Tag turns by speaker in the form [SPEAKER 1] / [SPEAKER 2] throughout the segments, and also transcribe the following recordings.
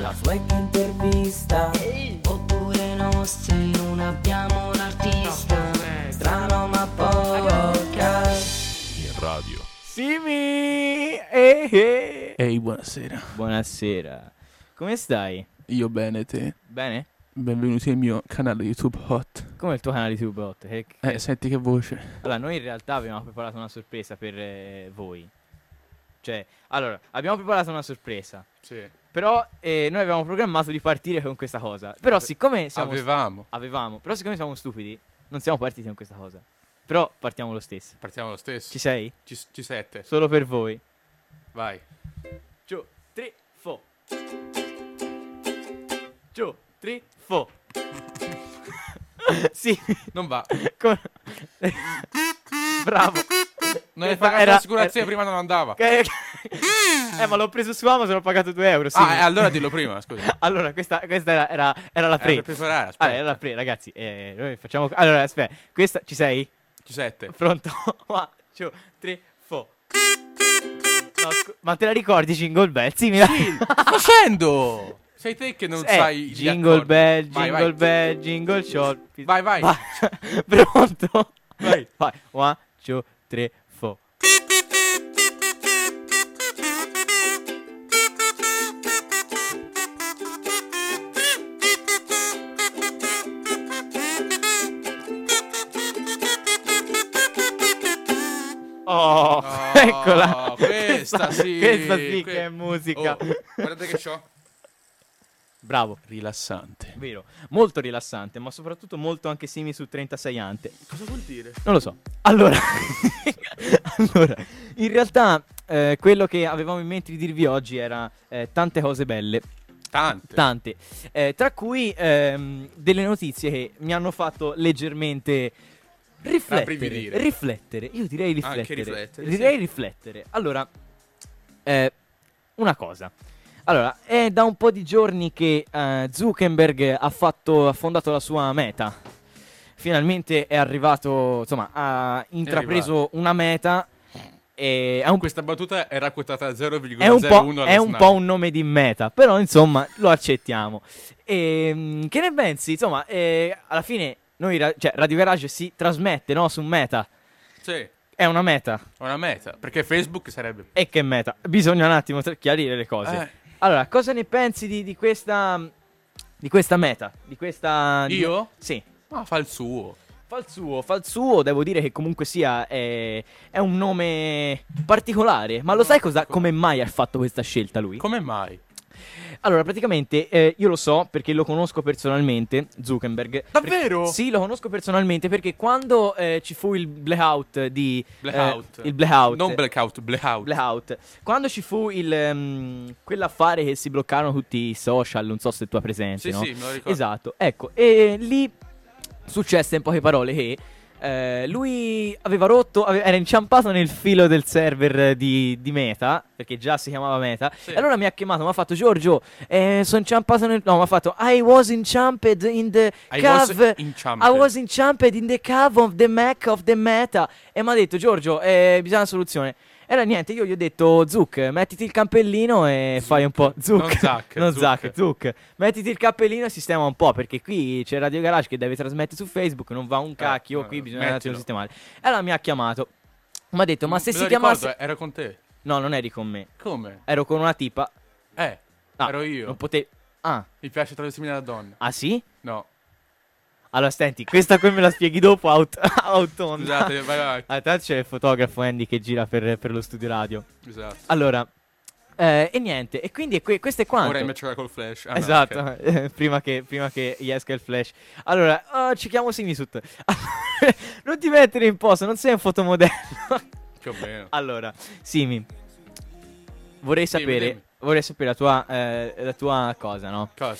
[SPEAKER 1] la fleck intervista Ah. Oppure no se non abbiamo un artista Strano ma podcast
[SPEAKER 2] radio.
[SPEAKER 3] Simi! Eh, eh.
[SPEAKER 4] Ehi, buonasera.
[SPEAKER 3] Buonasera. Come stai?
[SPEAKER 4] Io bene, te.
[SPEAKER 3] Bene?
[SPEAKER 4] Benvenuti al mio canale YouTube Hot.
[SPEAKER 3] Come il tuo canale YouTube Hot? Che-
[SPEAKER 4] Eh, senti che voce.
[SPEAKER 3] Allora, noi in realtà abbiamo preparato una sorpresa per eh, voi. Cioè, allora, abbiamo preparato una sorpresa.
[SPEAKER 2] Sì.
[SPEAKER 3] Però eh, noi avevamo programmato di partire con questa cosa. Però siccome siamo...
[SPEAKER 2] Avevamo.
[SPEAKER 3] avevamo. Però siccome siamo stupidi, non siamo partiti con questa cosa. Però partiamo lo stesso.
[SPEAKER 2] Partiamo lo stesso.
[SPEAKER 3] Ci sei?
[SPEAKER 2] Ci, ci sette.
[SPEAKER 3] Solo per voi.
[SPEAKER 2] Vai.
[SPEAKER 3] Giù, tri, fo. Giù, tri, fo. sì.
[SPEAKER 2] Non va.
[SPEAKER 3] Come- Bravo.
[SPEAKER 2] Non hai
[SPEAKER 3] Era-
[SPEAKER 2] pagato
[SPEAKER 3] era-
[SPEAKER 2] l'assicurazione, prima non andava.
[SPEAKER 3] Eh, eh, ma l'ho preso su Amazon, ho pagato 2 euro. Sì.
[SPEAKER 2] Mm. Ah, eh, allora dillo prima, scusa.
[SPEAKER 3] Allora, questa, questa era, era, era la
[SPEAKER 2] Era per
[SPEAKER 3] pre.
[SPEAKER 2] preparare, aspetta.
[SPEAKER 3] Allora, Ah, era la pre, ragazzi. eh, noi facciamo... Allora, aspetta. Questa, ci sei?
[SPEAKER 2] Ci sette.
[SPEAKER 3] Pronto? One, two, three, four. No, scu- ma te la ricordi Jingle Bell? Sì, mi la...
[SPEAKER 2] Facendo! Sei te che non
[SPEAKER 3] Eh,
[SPEAKER 2] sai gli
[SPEAKER 3] Jingle
[SPEAKER 2] accordi.
[SPEAKER 3] Bell,
[SPEAKER 2] Vai,
[SPEAKER 3] Jingle
[SPEAKER 2] vai.
[SPEAKER 3] Bell, Jingle Short.
[SPEAKER 2] Vai, vai.
[SPEAKER 3] Pronto?
[SPEAKER 2] Vai.
[SPEAKER 3] Vai. One, two, three, four. Oh, eccola.
[SPEAKER 2] Oh, questa sì,
[SPEAKER 3] Questa sì
[SPEAKER 2] que-
[SPEAKER 3] che è musica.
[SPEAKER 2] Oh, guardate che c'ho.
[SPEAKER 3] Bravo.
[SPEAKER 4] Rilassante.
[SPEAKER 3] Vero, molto rilassante, ma soprattutto molto anche simi su 36 ante.
[SPEAKER 4] Cosa vuol dire?
[SPEAKER 3] Non lo so. Allora, allora, in realtà eh, quello che avevamo in mente di dirvi oggi era eh, tante cose belle,
[SPEAKER 2] Tante.
[SPEAKER 3] tante, Eh, tra cui ehm, delle notizie che mi hanno fatto leggermente riflettere.
[SPEAKER 2] Rabbrividire.
[SPEAKER 3] Riflettere, io direi riflettere.
[SPEAKER 2] Anche riflettere,
[SPEAKER 3] direi
[SPEAKER 2] sì.
[SPEAKER 3] riflettere. Allora, eh, una cosa. Allora, è da un po' di giorni che eh, Zuckerberg ha, fatto, ha fondato la sua meta. Finalmente è arrivato, insomma, ha intrapreso una meta. E è un,
[SPEAKER 2] Questa battuta era quotata a 0,01
[SPEAKER 3] è un, po',
[SPEAKER 2] alla
[SPEAKER 3] è un
[SPEAKER 2] Snap.
[SPEAKER 3] po' un nome di meta, però insomma lo accettiamo. Ehm, che ne pensi? Insomma, eh, alla fine noi, ra- cioè, Radio Garage si trasmette no, su meta.
[SPEAKER 2] Sì, è
[SPEAKER 3] È una meta.
[SPEAKER 2] una meta. Perché Facebook sarebbe...
[SPEAKER 3] E che meta? Bisogna un attimo tra- chiarire le cose.
[SPEAKER 2] Eh,
[SPEAKER 3] Allora, cosa ne pensi di, di questa. Di questa meta? Di questa. di-
[SPEAKER 2] Io?
[SPEAKER 3] Sì.
[SPEAKER 2] ma fa il suo.
[SPEAKER 3] Fa il suo, fa il suo, devo dire che comunque sia è, è un nome particolare, ma lo sai cosa, come mai ha fatto questa scelta lui?
[SPEAKER 2] Come mai?
[SPEAKER 3] Allora, praticamente eh, io lo so perché lo conosco personalmente, Zuckerberg.
[SPEAKER 2] Davvero?
[SPEAKER 3] Perché- sì, lo conosco personalmente perché quando eh, ci fu il blackout di... eh,
[SPEAKER 2] Blackout.
[SPEAKER 3] il blackout.
[SPEAKER 2] Non blackout, blackout.
[SPEAKER 3] Blackout. Quando ci fu il ehm, quell'affare che si bloccarono tutti i social, non so se tu hai presente,
[SPEAKER 2] Sì,
[SPEAKER 3] no?
[SPEAKER 2] sì, me lo ricordo.
[SPEAKER 3] Esatto, ecco, e lì successe in poche parole che eh, lui aveva rotto, ave- era inciampato nel filo del server eh, di, di Meta, perché già si chiamava Meta,
[SPEAKER 2] Sì.
[SPEAKER 3] e allora mi ha chiamato, mi ha fatto Giorgio, eh, sono inciampato nel... No, mi ha fatto I was inciamped in the
[SPEAKER 2] I was
[SPEAKER 3] cave...
[SPEAKER 2] inciamped.
[SPEAKER 3] I was inciamped in the cave of the Mac of the Meta. E mi ha detto Giorgio, eh, bisogna una soluzione. Era niente, io gli ho detto Zuc, mettiti il cappellino e fai un po'. Zuc,
[SPEAKER 2] Non Zac,
[SPEAKER 3] non
[SPEAKER 2] Zuc.
[SPEAKER 3] Zac, Zuc. Mettiti il cappellino e sistema un po'. Perché qui c'è Radio Garage che deve trasmettere su Facebook. Non va un cacchio.
[SPEAKER 2] eh,
[SPEAKER 3] qui bisogna un attimo
[SPEAKER 2] mettilo. Mm,
[SPEAKER 3] sistemare. E allora mi ha chiamato. Mi ha detto, ma se
[SPEAKER 2] Me
[SPEAKER 3] si
[SPEAKER 2] lo
[SPEAKER 3] chiamasse.
[SPEAKER 2] ricordo, eh. era con te.
[SPEAKER 3] No, non eri con me.
[SPEAKER 2] Come?
[SPEAKER 3] Ero con una tipa.
[SPEAKER 2] Eh,
[SPEAKER 3] Ah,
[SPEAKER 2] ero io.
[SPEAKER 3] Non potevi. Ah,
[SPEAKER 2] Mi piace travestirmi da donna.
[SPEAKER 3] ah sì?
[SPEAKER 2] No,
[SPEAKER 3] Allora, senti, questa qui me la spieghi dopo. Out, out onda.
[SPEAKER 2] scusate, vai vai.
[SPEAKER 3] Ah, tanto c'è il fotografo Andy che gira per, per lo studio radio.
[SPEAKER 2] Scusate.
[SPEAKER 3] Allora, eh, e niente, e quindi è que- questo è quanto.
[SPEAKER 2] Ora invece era col flash. Ah, no,
[SPEAKER 3] esatto,
[SPEAKER 2] ok.
[SPEAKER 3] eh, prima, che, prima che gli esca il flash. Allora, oh, ci chiamo Simisut. non ti mettere in posto, non sei un fotomodello.
[SPEAKER 2] Più o meno.
[SPEAKER 3] allora, Simi, vorrei
[SPEAKER 2] Dimmi,
[SPEAKER 3] sapere,
[SPEAKER 2] dimmi.
[SPEAKER 3] Vorrei sapere la tua, eh, la tua cosa, no?
[SPEAKER 2] Cosa?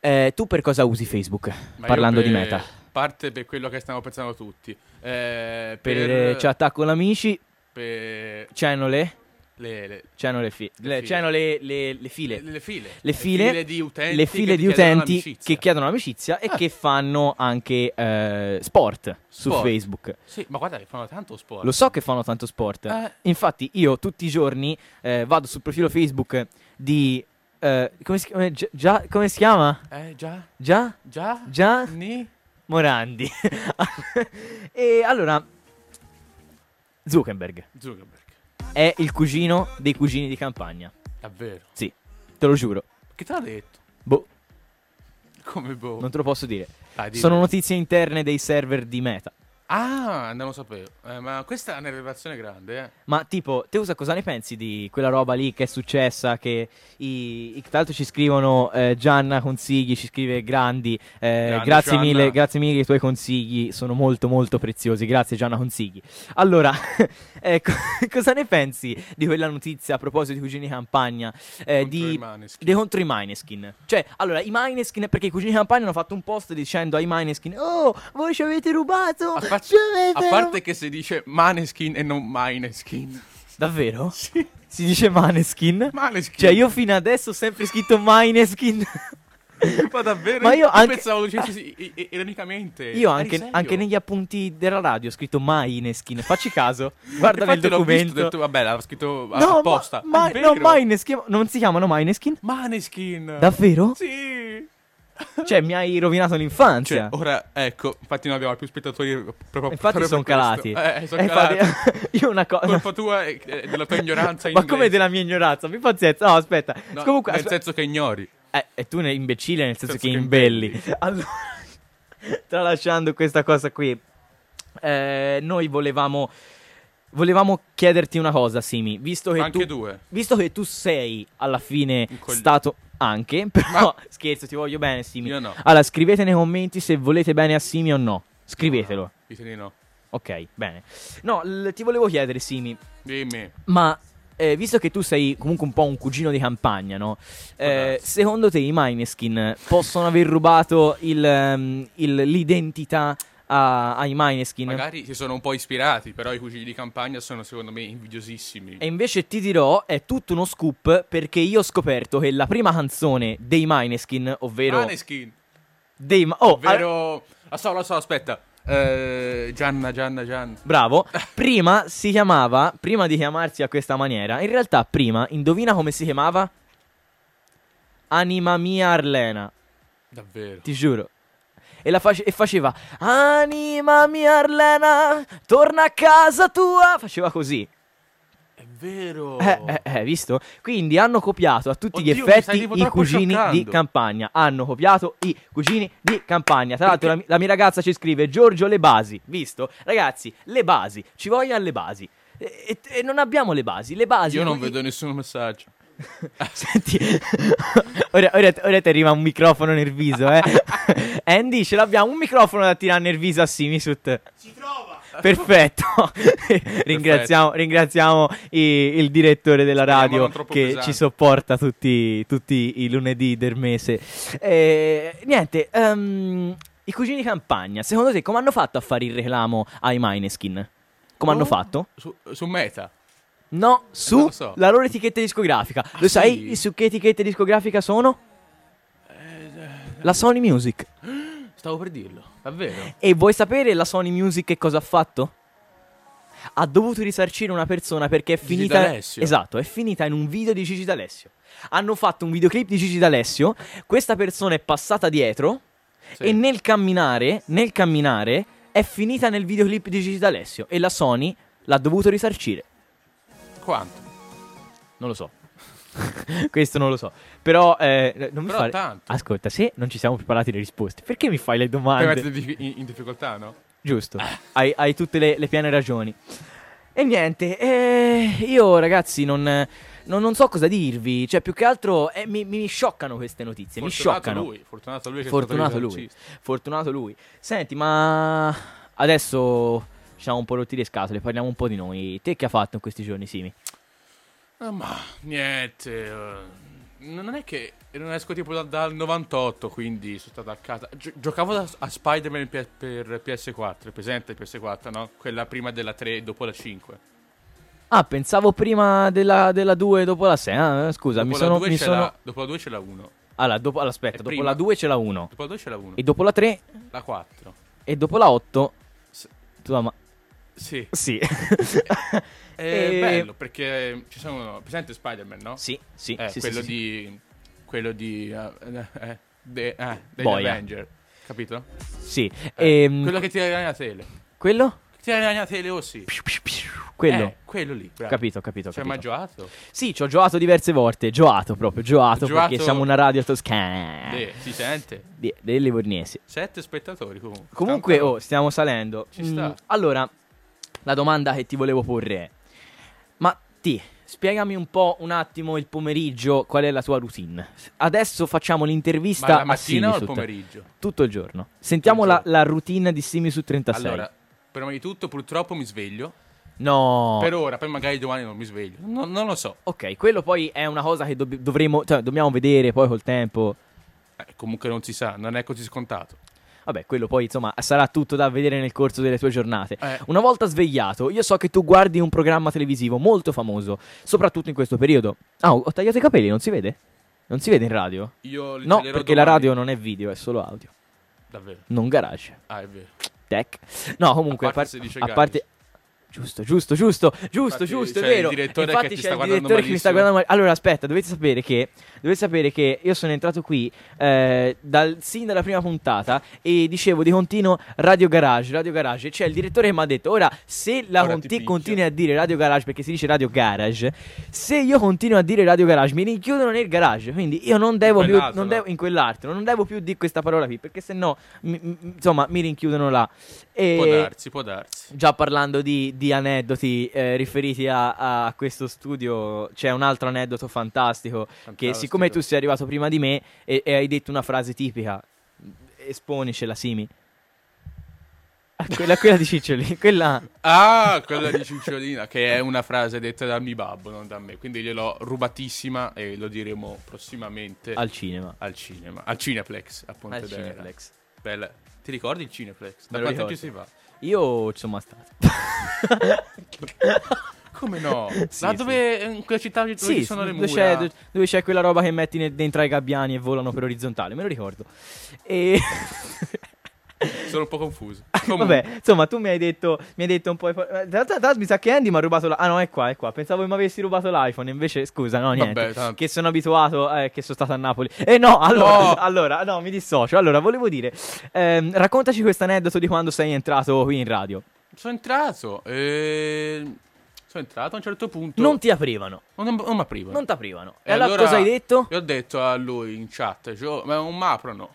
[SPEAKER 3] Eh, tu per cosa usi Facebook?
[SPEAKER 2] Ma io
[SPEAKER 3] parlando di
[SPEAKER 2] per-
[SPEAKER 3] meta.
[SPEAKER 2] Parte per quello che stiamo pensando tutti. Eh,
[SPEAKER 3] Per, eh, chattare con l'amici,
[SPEAKER 2] per
[SPEAKER 3] c'hanno le...
[SPEAKER 2] le, le,
[SPEAKER 3] C'hanno le, fi- le-
[SPEAKER 2] file.
[SPEAKER 3] c'hanno le- le- le file.
[SPEAKER 2] le file.
[SPEAKER 3] le file,
[SPEAKER 2] di utenti.
[SPEAKER 3] le file
[SPEAKER 2] che
[SPEAKER 3] di
[SPEAKER 2] ti chiedono
[SPEAKER 3] utenti
[SPEAKER 2] l'amicizia.
[SPEAKER 3] che chiedono amicizia e
[SPEAKER 2] Ah.
[SPEAKER 3] che fanno anche eh, sport su
[SPEAKER 2] Sport.
[SPEAKER 3] Facebook.
[SPEAKER 2] Sì, ma guarda che fanno tanto sport.
[SPEAKER 3] Lo so che fanno tanto sport.
[SPEAKER 2] Eh.
[SPEAKER 3] Infatti, io tutti i giorni eh, vado sul profilo Facebook di eh, come, si, chiama? Gi- già, come si chiama?
[SPEAKER 2] Eh, già?
[SPEAKER 3] Già?
[SPEAKER 2] Già?
[SPEAKER 3] Già?
[SPEAKER 2] Ni?
[SPEAKER 3] Morandi. e allora, Zuckerberg
[SPEAKER 2] Zuckerberg.
[SPEAKER 3] è il cugino dei cugini di campagna.
[SPEAKER 2] Davvero.
[SPEAKER 3] Te lo giuro.
[SPEAKER 2] Che te l'ha detto?
[SPEAKER 3] Boh,
[SPEAKER 2] Come boh.
[SPEAKER 3] non te lo posso dire.
[SPEAKER 2] Dai, dillo.
[SPEAKER 3] Sono notizie interne dei server di Meta.
[SPEAKER 2] Ah, non lo sapevo. Eh, ma questa è una rivelazione grande, eh.
[SPEAKER 3] Ma tipo, Teusa, cosa ne pensi di quella roba lì che è successa? Che i, i- tra l'altro ci scrivono eh, Gianna consigli, ci scrive Grandi. eh,
[SPEAKER 2] Grande,
[SPEAKER 3] grazie
[SPEAKER 2] Gianna.
[SPEAKER 3] mille, grazie mille, i tuoi consigli sono molto molto preziosi. Grazie Gianna consigli. Allora, eh, co- cosa ne pensi di quella notizia a proposito di Cugini di Campagna? eh,
[SPEAKER 2] Contro
[SPEAKER 3] di
[SPEAKER 2] i Maneskin.
[SPEAKER 3] De contro i Mineskin. Cioè, allora, i Mineskin, perché i cugini di campagna hanno fatto un post dicendo ai Mineskin: Oh, voi ci avete rubato!
[SPEAKER 2] A, par-
[SPEAKER 3] ci avete
[SPEAKER 2] a
[SPEAKER 3] rubato!"
[SPEAKER 2] parte che si dice Maneskin e non Mineskin.
[SPEAKER 3] Davvero? Si dice Maneskin?
[SPEAKER 2] Maneskin.
[SPEAKER 3] Cioè, io fino adesso ho sempre scritto Mineskin.
[SPEAKER 2] Eh, Ma davvero?
[SPEAKER 3] Ma io
[SPEAKER 2] io
[SPEAKER 3] anche-
[SPEAKER 2] pensavo lo dicessi i- i- ironicamente.
[SPEAKER 3] Io
[SPEAKER 2] Eri
[SPEAKER 3] anche,
[SPEAKER 2] serio?
[SPEAKER 3] anche negli appunti della radio ho scritto Mineskin. Facci caso, guarda nel
[SPEAKER 2] Infatti l'ho visto,
[SPEAKER 3] documento.
[SPEAKER 2] ho detto, vabbè, l'ha scritto a-
[SPEAKER 3] no, ma-
[SPEAKER 2] apposta.
[SPEAKER 3] ma-
[SPEAKER 2] È
[SPEAKER 3] no,
[SPEAKER 2] vero.
[SPEAKER 3] Mineskin. Non si chiamano Mineskin?
[SPEAKER 2] Maneskin.
[SPEAKER 3] Davvero?
[SPEAKER 2] Sì.
[SPEAKER 3] Cioè, mi hai rovinato
[SPEAKER 2] Cioè,
[SPEAKER 3] l'infanzia.
[SPEAKER 2] ora, ecco, infatti non abbiamo più spettatori proprio
[SPEAKER 3] Infatti
[SPEAKER 2] proprio
[SPEAKER 3] sono
[SPEAKER 2] per
[SPEAKER 3] calati.
[SPEAKER 2] questo. Eh, sono
[SPEAKER 3] E infatti-
[SPEAKER 2] calati.
[SPEAKER 3] io una cosa.
[SPEAKER 2] Colpa tua e e della tua ignoranza in
[SPEAKER 3] Ma come
[SPEAKER 2] inglese.
[SPEAKER 3] della mia ignoranza? Mi pazienza. No, aspetta.
[SPEAKER 2] No,
[SPEAKER 3] Comunque,
[SPEAKER 2] nel
[SPEAKER 3] aspe-
[SPEAKER 2] senso che ignori.
[SPEAKER 3] eh, e tu ne imbecille nel senso
[SPEAKER 2] Senso
[SPEAKER 3] che
[SPEAKER 2] che
[SPEAKER 3] imbelli. Allora, tralasciando questa cosa qui, eh, noi volevamo, volevamo chiederti una cosa, Simi. Visto che,
[SPEAKER 2] Anche
[SPEAKER 3] tu,
[SPEAKER 2] due.
[SPEAKER 3] visto che tu sei alla fine
[SPEAKER 2] Un coglione.
[SPEAKER 3] stato anche, però scherzo, ti voglio bene, Simi.
[SPEAKER 2] Io no.
[SPEAKER 3] Allora, scrivete nei commenti se volete bene a Simi o no. Scrivetelo.
[SPEAKER 2] Dice di no.
[SPEAKER 3] Ok, bene. No, l- ti volevo chiedere, Simi.
[SPEAKER 2] Dimmi.
[SPEAKER 3] Ma eh, visto che tu sei comunque un po' un cugino di campagna, no? Eh,
[SPEAKER 2] darsi.
[SPEAKER 3] secondo te i Mineskin possono aver rubato il, ehm, il- l'identità a- ai Mineskin?
[SPEAKER 2] Magari si sono un po' ispirati, però i cugini di campagna sono secondo me invidiosissimi.
[SPEAKER 3] E invece ti dirò, è tutto uno scoop perché io ho scoperto che la prima canzone dei Mineskin, ovvero...
[SPEAKER 2] Maneskin.
[SPEAKER 3] dei Ma- oh, ah,
[SPEAKER 2] Ovvero... Ah, so, lo so, aspetta. Eh, Gianna, Gianna, Gianna.
[SPEAKER 3] bravo, prima si chiamava, prima di chiamarsi a questa maniera, in realtà prima, indovina come si chiamava? Anima mia Arlena.
[SPEAKER 2] Davvero.
[SPEAKER 3] Ti giuro. E, la face- e faceva Anima mia Arlena, torna a casa tua. Faceva così.
[SPEAKER 2] È vero.
[SPEAKER 3] Eh, eh, eh, visto? Quindi hanno copiato a tutti gli
[SPEAKER 2] Oddio, mi stai
[SPEAKER 3] effetti
[SPEAKER 2] tipo
[SPEAKER 3] i
[SPEAKER 2] troppo
[SPEAKER 3] cugini di
[SPEAKER 2] scioccando.
[SPEAKER 3] campagna. Hanno copiato i cugini di campagna. Tra l'altro, la, mi- la mia ragazza ci scrive Giorgio le basi. Visto? Ragazzi, le basi. Ci vogliono le basi. E, e- e non abbiamo le basi. Le basi.
[SPEAKER 2] Io non
[SPEAKER 3] quindi-
[SPEAKER 2] vedo nessun messaggio.
[SPEAKER 3] Senti, ora, ora- ora ti arriva un microfono nel viso, eh. Andy, ce l'abbiamo un microfono da tirare nel viso a Simi su te. Si trova. Perfetto. ringraziamo ringraziamo i- il direttore della
[SPEAKER 2] Speriamo
[SPEAKER 3] radio
[SPEAKER 2] non troppo
[SPEAKER 3] che
[SPEAKER 2] pesante.
[SPEAKER 3] ci sopporta tutti, tutti i lunedì del mese. Eh, niente, ehm, i cugini di campagna, secondo te come hanno fatto a fare il reclamo ai Mineskin? Come hanno
[SPEAKER 2] Oh.
[SPEAKER 3] fatto?
[SPEAKER 2] Su, su Meta.
[SPEAKER 3] No,
[SPEAKER 2] Non
[SPEAKER 3] su
[SPEAKER 2] lo so. Ah,
[SPEAKER 3] la loro etichetta discografica. lo sai
[SPEAKER 2] sì?
[SPEAKER 3] su che etichetta discografica sono? La Sony Music.
[SPEAKER 2] Stavo per dirlo. Davvero.
[SPEAKER 3] E vuoi sapere la Sony Music che cosa ha fatto? Ha dovuto risarcire una persona perché è
[SPEAKER 2] Gigi
[SPEAKER 3] finita.
[SPEAKER 2] D'Alessio.
[SPEAKER 3] Esatto, è finita in un video di Gigi D'Alessio. Hanno fatto un videoclip di Gigi D'Alessio. Questa persona è passata dietro.
[SPEAKER 2] Sì.
[SPEAKER 3] E nel camminare, nel camminare, è finita nel videoclip di Gigi D'Alessio. E la Sony l'ha dovuto risarcire.
[SPEAKER 2] Quanto?
[SPEAKER 3] Non lo so. Questo non lo so. Però eh, non mi
[SPEAKER 2] Però
[SPEAKER 3] fare-
[SPEAKER 2] tanto.
[SPEAKER 3] Ascolta, se non ci siamo preparati le risposte, perché mi fai le
[SPEAKER 2] Per
[SPEAKER 3] domande?
[SPEAKER 2] metterti di- in, in difficoltà, no?
[SPEAKER 3] Giusto.
[SPEAKER 2] Ah.
[SPEAKER 3] hai, hai tutte le, le piene ragioni. E niente, eh, io ragazzi non, non- non so cosa dirvi. Cioè, più che altro eh, mi, mi scioccano queste notizie. mi
[SPEAKER 2] Fortunato
[SPEAKER 3] scioccano.
[SPEAKER 2] lui. Fortunato lui che è
[SPEAKER 3] Fortunato
[SPEAKER 2] stato
[SPEAKER 3] lui.
[SPEAKER 2] risarcito.
[SPEAKER 3] Fortunato lui. Senti, ma adesso ci siamo un po' rotti le scatole. Parliamo un po' di noi. Te che ha fatto in questi giorni, Simi?
[SPEAKER 2] Ah, ma niente. eh, Non è che non esco tipo da- dal 98, quindi sono stato a casa. Gio- giocavo da- a Spider-Man per, per PS4, è presente PS4, no? Quella prima della 3 e dopo la 5.
[SPEAKER 3] Ah, pensavo prima della, della 2 dopo la 6. Ah, scusa,
[SPEAKER 2] dopo,
[SPEAKER 3] mi
[SPEAKER 2] la
[SPEAKER 3] sono.
[SPEAKER 2] 2
[SPEAKER 3] mi
[SPEAKER 2] c'è
[SPEAKER 3] sono-
[SPEAKER 2] la, dopo la 2 c'è la 1.
[SPEAKER 3] Allora, dopo, allora, aspetta,
[SPEAKER 2] È
[SPEAKER 3] dopo
[SPEAKER 2] prima.
[SPEAKER 3] la 2 c'è la 1.
[SPEAKER 2] Dopo la 2 c'è la 1.
[SPEAKER 3] E dopo la 3
[SPEAKER 2] La 4.
[SPEAKER 3] e dopo la 8.
[SPEAKER 2] S- Eh,
[SPEAKER 3] Tua ma-
[SPEAKER 2] Sì.
[SPEAKER 3] Sì.
[SPEAKER 2] È
[SPEAKER 3] E-
[SPEAKER 2] bello perché ci sono. Presente Spider-Man, no?
[SPEAKER 3] sì, sì,
[SPEAKER 2] Eh,
[SPEAKER 3] sì, sì,
[SPEAKER 2] quello
[SPEAKER 3] sì, sì.
[SPEAKER 2] di. quello di... eh, eh, eh, de- eh, degli
[SPEAKER 3] Boia.
[SPEAKER 2] Avenger, capito?
[SPEAKER 3] Sì.
[SPEAKER 2] Eh,
[SPEAKER 3] ehm,
[SPEAKER 2] Quello che tira le ragnatele.
[SPEAKER 3] quello?
[SPEAKER 2] Che Tira le ragnatele, oh sì.
[SPEAKER 3] Quello.
[SPEAKER 2] Eh, quello lì, bravo.
[SPEAKER 3] capito, capito,
[SPEAKER 2] Ci hai
[SPEAKER 3] capito.
[SPEAKER 2] mai giocato?
[SPEAKER 3] Sì, ci ho giocato diverse volte. Giocato proprio, giocato,
[SPEAKER 2] Giocato-
[SPEAKER 3] perché siamo una radio toscana.
[SPEAKER 2] Eh, si sente.
[SPEAKER 3] Di- dei Livornesi.
[SPEAKER 2] Sette spettatori comunque.
[SPEAKER 3] Comunque,
[SPEAKER 2] Tanta-
[SPEAKER 3] oh, stiamo salendo. Mm,
[SPEAKER 2] Ci sta.
[SPEAKER 3] allora, la domanda che ti volevo porre è: Ma ti, spiegami un po' un attimo il pomeriggio, qual è la tua routine? Adesso facciamo l'intervista
[SPEAKER 2] Ma la
[SPEAKER 3] a
[SPEAKER 2] mattina o al
[SPEAKER 3] Simisut.
[SPEAKER 2] pomeriggio?
[SPEAKER 3] Tutto il giorno. Sentiamo
[SPEAKER 2] Tutto il
[SPEAKER 3] la, la routine di Simi su 36.
[SPEAKER 2] Allora, prima di tutto purtroppo mi sveglio.
[SPEAKER 3] no.
[SPEAKER 2] Per ora, poi magari domani non mi sveglio. No- non lo so.
[SPEAKER 3] Ok, quello poi è una cosa che dobb- dovremo, cioè, dobbiamo vedere poi col tempo.
[SPEAKER 2] Eh, comunque non si sa, non è così scontato.
[SPEAKER 3] Vabbè, quello poi insomma sarà tutto da vedere nel corso delle tue giornate.
[SPEAKER 2] Eh,
[SPEAKER 3] Una volta svegliato, io so che tu guardi un programma televisivo molto famoso, soprattutto in questo periodo. Ah, ho tagliato i capelli, non si vede? Non si vede in radio?
[SPEAKER 2] io li
[SPEAKER 3] No,
[SPEAKER 2] taglierò
[SPEAKER 3] perché la
[SPEAKER 2] domani.
[SPEAKER 3] radio non è video, è solo audio,
[SPEAKER 2] Davvero.
[SPEAKER 3] non garage.
[SPEAKER 2] Ah, è vero.
[SPEAKER 3] Tech. No, comunque,
[SPEAKER 2] A parte
[SPEAKER 3] a, par-
[SPEAKER 2] se dice
[SPEAKER 3] a
[SPEAKER 2] garage.
[SPEAKER 3] parte... Giusto, giusto, giusto, giusto,
[SPEAKER 2] Infatti
[SPEAKER 3] giusto, è
[SPEAKER 2] c'è il
[SPEAKER 3] vero.
[SPEAKER 2] direttore che
[SPEAKER 3] Infatti
[SPEAKER 2] ti
[SPEAKER 3] c'è
[SPEAKER 2] sta
[SPEAKER 3] il
[SPEAKER 2] guardando
[SPEAKER 3] direttore che mi sta guardando
[SPEAKER 2] malissimo.
[SPEAKER 3] male. Allora, aspetta, dovete sapere che dovete sapere che io sono entrato qui eh, dal, sin dalla prima puntata e dicevo di continuo Radio Garage, Radio Garage. C'è il direttore che mi ha detto, ora se la
[SPEAKER 2] Ora ti
[SPEAKER 3] conti-
[SPEAKER 2] picchia.
[SPEAKER 3] continui a dire Radio Garage perché si dice Radio Garage, se io continuo a dire Radio Garage mi rinchiudono nel garage, quindi io non devo più,
[SPEAKER 2] quell'altro,
[SPEAKER 3] non
[SPEAKER 2] no?
[SPEAKER 3] devo, in quell'altro, non devo più dire questa parola qui perché se no, mi- mi- insomma, mi rinchiudono là. E,
[SPEAKER 2] Può darsi, può darsi.
[SPEAKER 3] Già parlando di, di aneddoti eh, riferiti a, a questo studio, c'è un altro aneddoto fantastico, che
[SPEAKER 2] Fantastico.
[SPEAKER 3] siccome tu sei arrivato prima di me e, e hai detto una frase tipica, esponicela Simi. Ah, Quella, quella di Ciccioli, quella...
[SPEAKER 2] Ah, quella di Cicciolina, che è una frase detta da mio babbo, non da me. Quindi gliel'ho rubatissima e lo diremo prossimamente al,
[SPEAKER 3] al cinema.
[SPEAKER 2] cinema. Al Cineplex, a Ponte
[SPEAKER 3] Al
[SPEAKER 2] Dera.
[SPEAKER 3] Cineplex.
[SPEAKER 2] Bella. Ti ricordi il Cineplex? Da
[SPEAKER 3] Me lo
[SPEAKER 2] quanto ci
[SPEAKER 3] ricordo.
[SPEAKER 2] si va?
[SPEAKER 3] Io ci sono stato.
[SPEAKER 2] Come no?
[SPEAKER 3] Sì,
[SPEAKER 2] da dove, in quella città dove ci
[SPEAKER 3] Sì,
[SPEAKER 2] sono le
[SPEAKER 3] dove
[SPEAKER 2] mura?
[SPEAKER 3] c'è, dove- dove c'è quella roba che metti ne- dentro ai gabbiani e volano per orizzontale, me lo ricordo. E...
[SPEAKER 2] Sono un po' confuso. Comunque,
[SPEAKER 3] Ah, Vabbè, insomma, tu mi hai detto, mi hai detto un po'. i- eh, in realtà- in realtà Mi sa che Andy mi ha rubato. La... Ah, no, è qua, è qua. Pensavo che mi avessi rubato l'iPhone. Invece, scusa, no, niente.
[SPEAKER 2] Vabbè, tanto.
[SPEAKER 3] Che sono abituato, eh, che sono stato a Napoli. Eh, no, allora,
[SPEAKER 2] No!
[SPEAKER 3] allora, no, mi dissocio. Allora, volevo dire, ehm, raccontaci questo aneddoto di quando sei entrato qui in radio.
[SPEAKER 2] sono entrato. E... Sono entrato a un certo punto.
[SPEAKER 3] Non ti aprivano,
[SPEAKER 2] non, non mi aprivano.
[SPEAKER 3] non ti aprivano. E,
[SPEAKER 2] E
[SPEAKER 3] allora, cosa hai detto?
[SPEAKER 2] Io ho detto a lui in chat, "Gio- ma non m'aprono.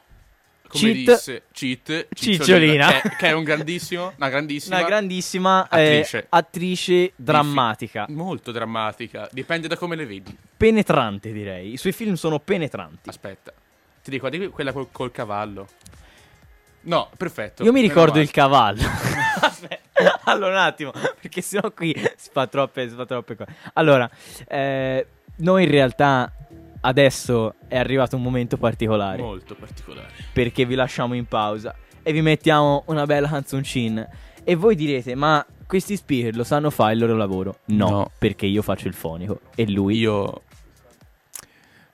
[SPEAKER 2] Come
[SPEAKER 3] Cheat.
[SPEAKER 2] disse, cheat,
[SPEAKER 3] Cicciolina.
[SPEAKER 2] Che, che è un grandissimo, una grandissima,
[SPEAKER 3] Una grandissima eh,
[SPEAKER 2] attrice.
[SPEAKER 3] attrice drammatica,
[SPEAKER 2] molto drammatica, dipende da come le vedi.
[SPEAKER 3] penetrante direi. I suoi film sono penetranti.
[SPEAKER 2] Aspetta, ti ricordi que- quella col, col cavallo? No, perfetto.
[SPEAKER 3] Io mi
[SPEAKER 2] Certo. meno
[SPEAKER 3] ricordo
[SPEAKER 2] male.
[SPEAKER 3] il cavallo. Aspetta, allora un attimo, perché sennò qui si fa troppe, si fa troppe cose. Allora, eh, noi in realtà adesso è arrivato un momento particolare,
[SPEAKER 2] Molto particolare.
[SPEAKER 3] perché vi lasciamo in pausa e vi mettiamo una bella canzoncina. E voi direte, ma questi speaker lo sanno fare il loro lavoro? No,
[SPEAKER 2] No.
[SPEAKER 3] perché io faccio il fonico e lui...
[SPEAKER 2] Io...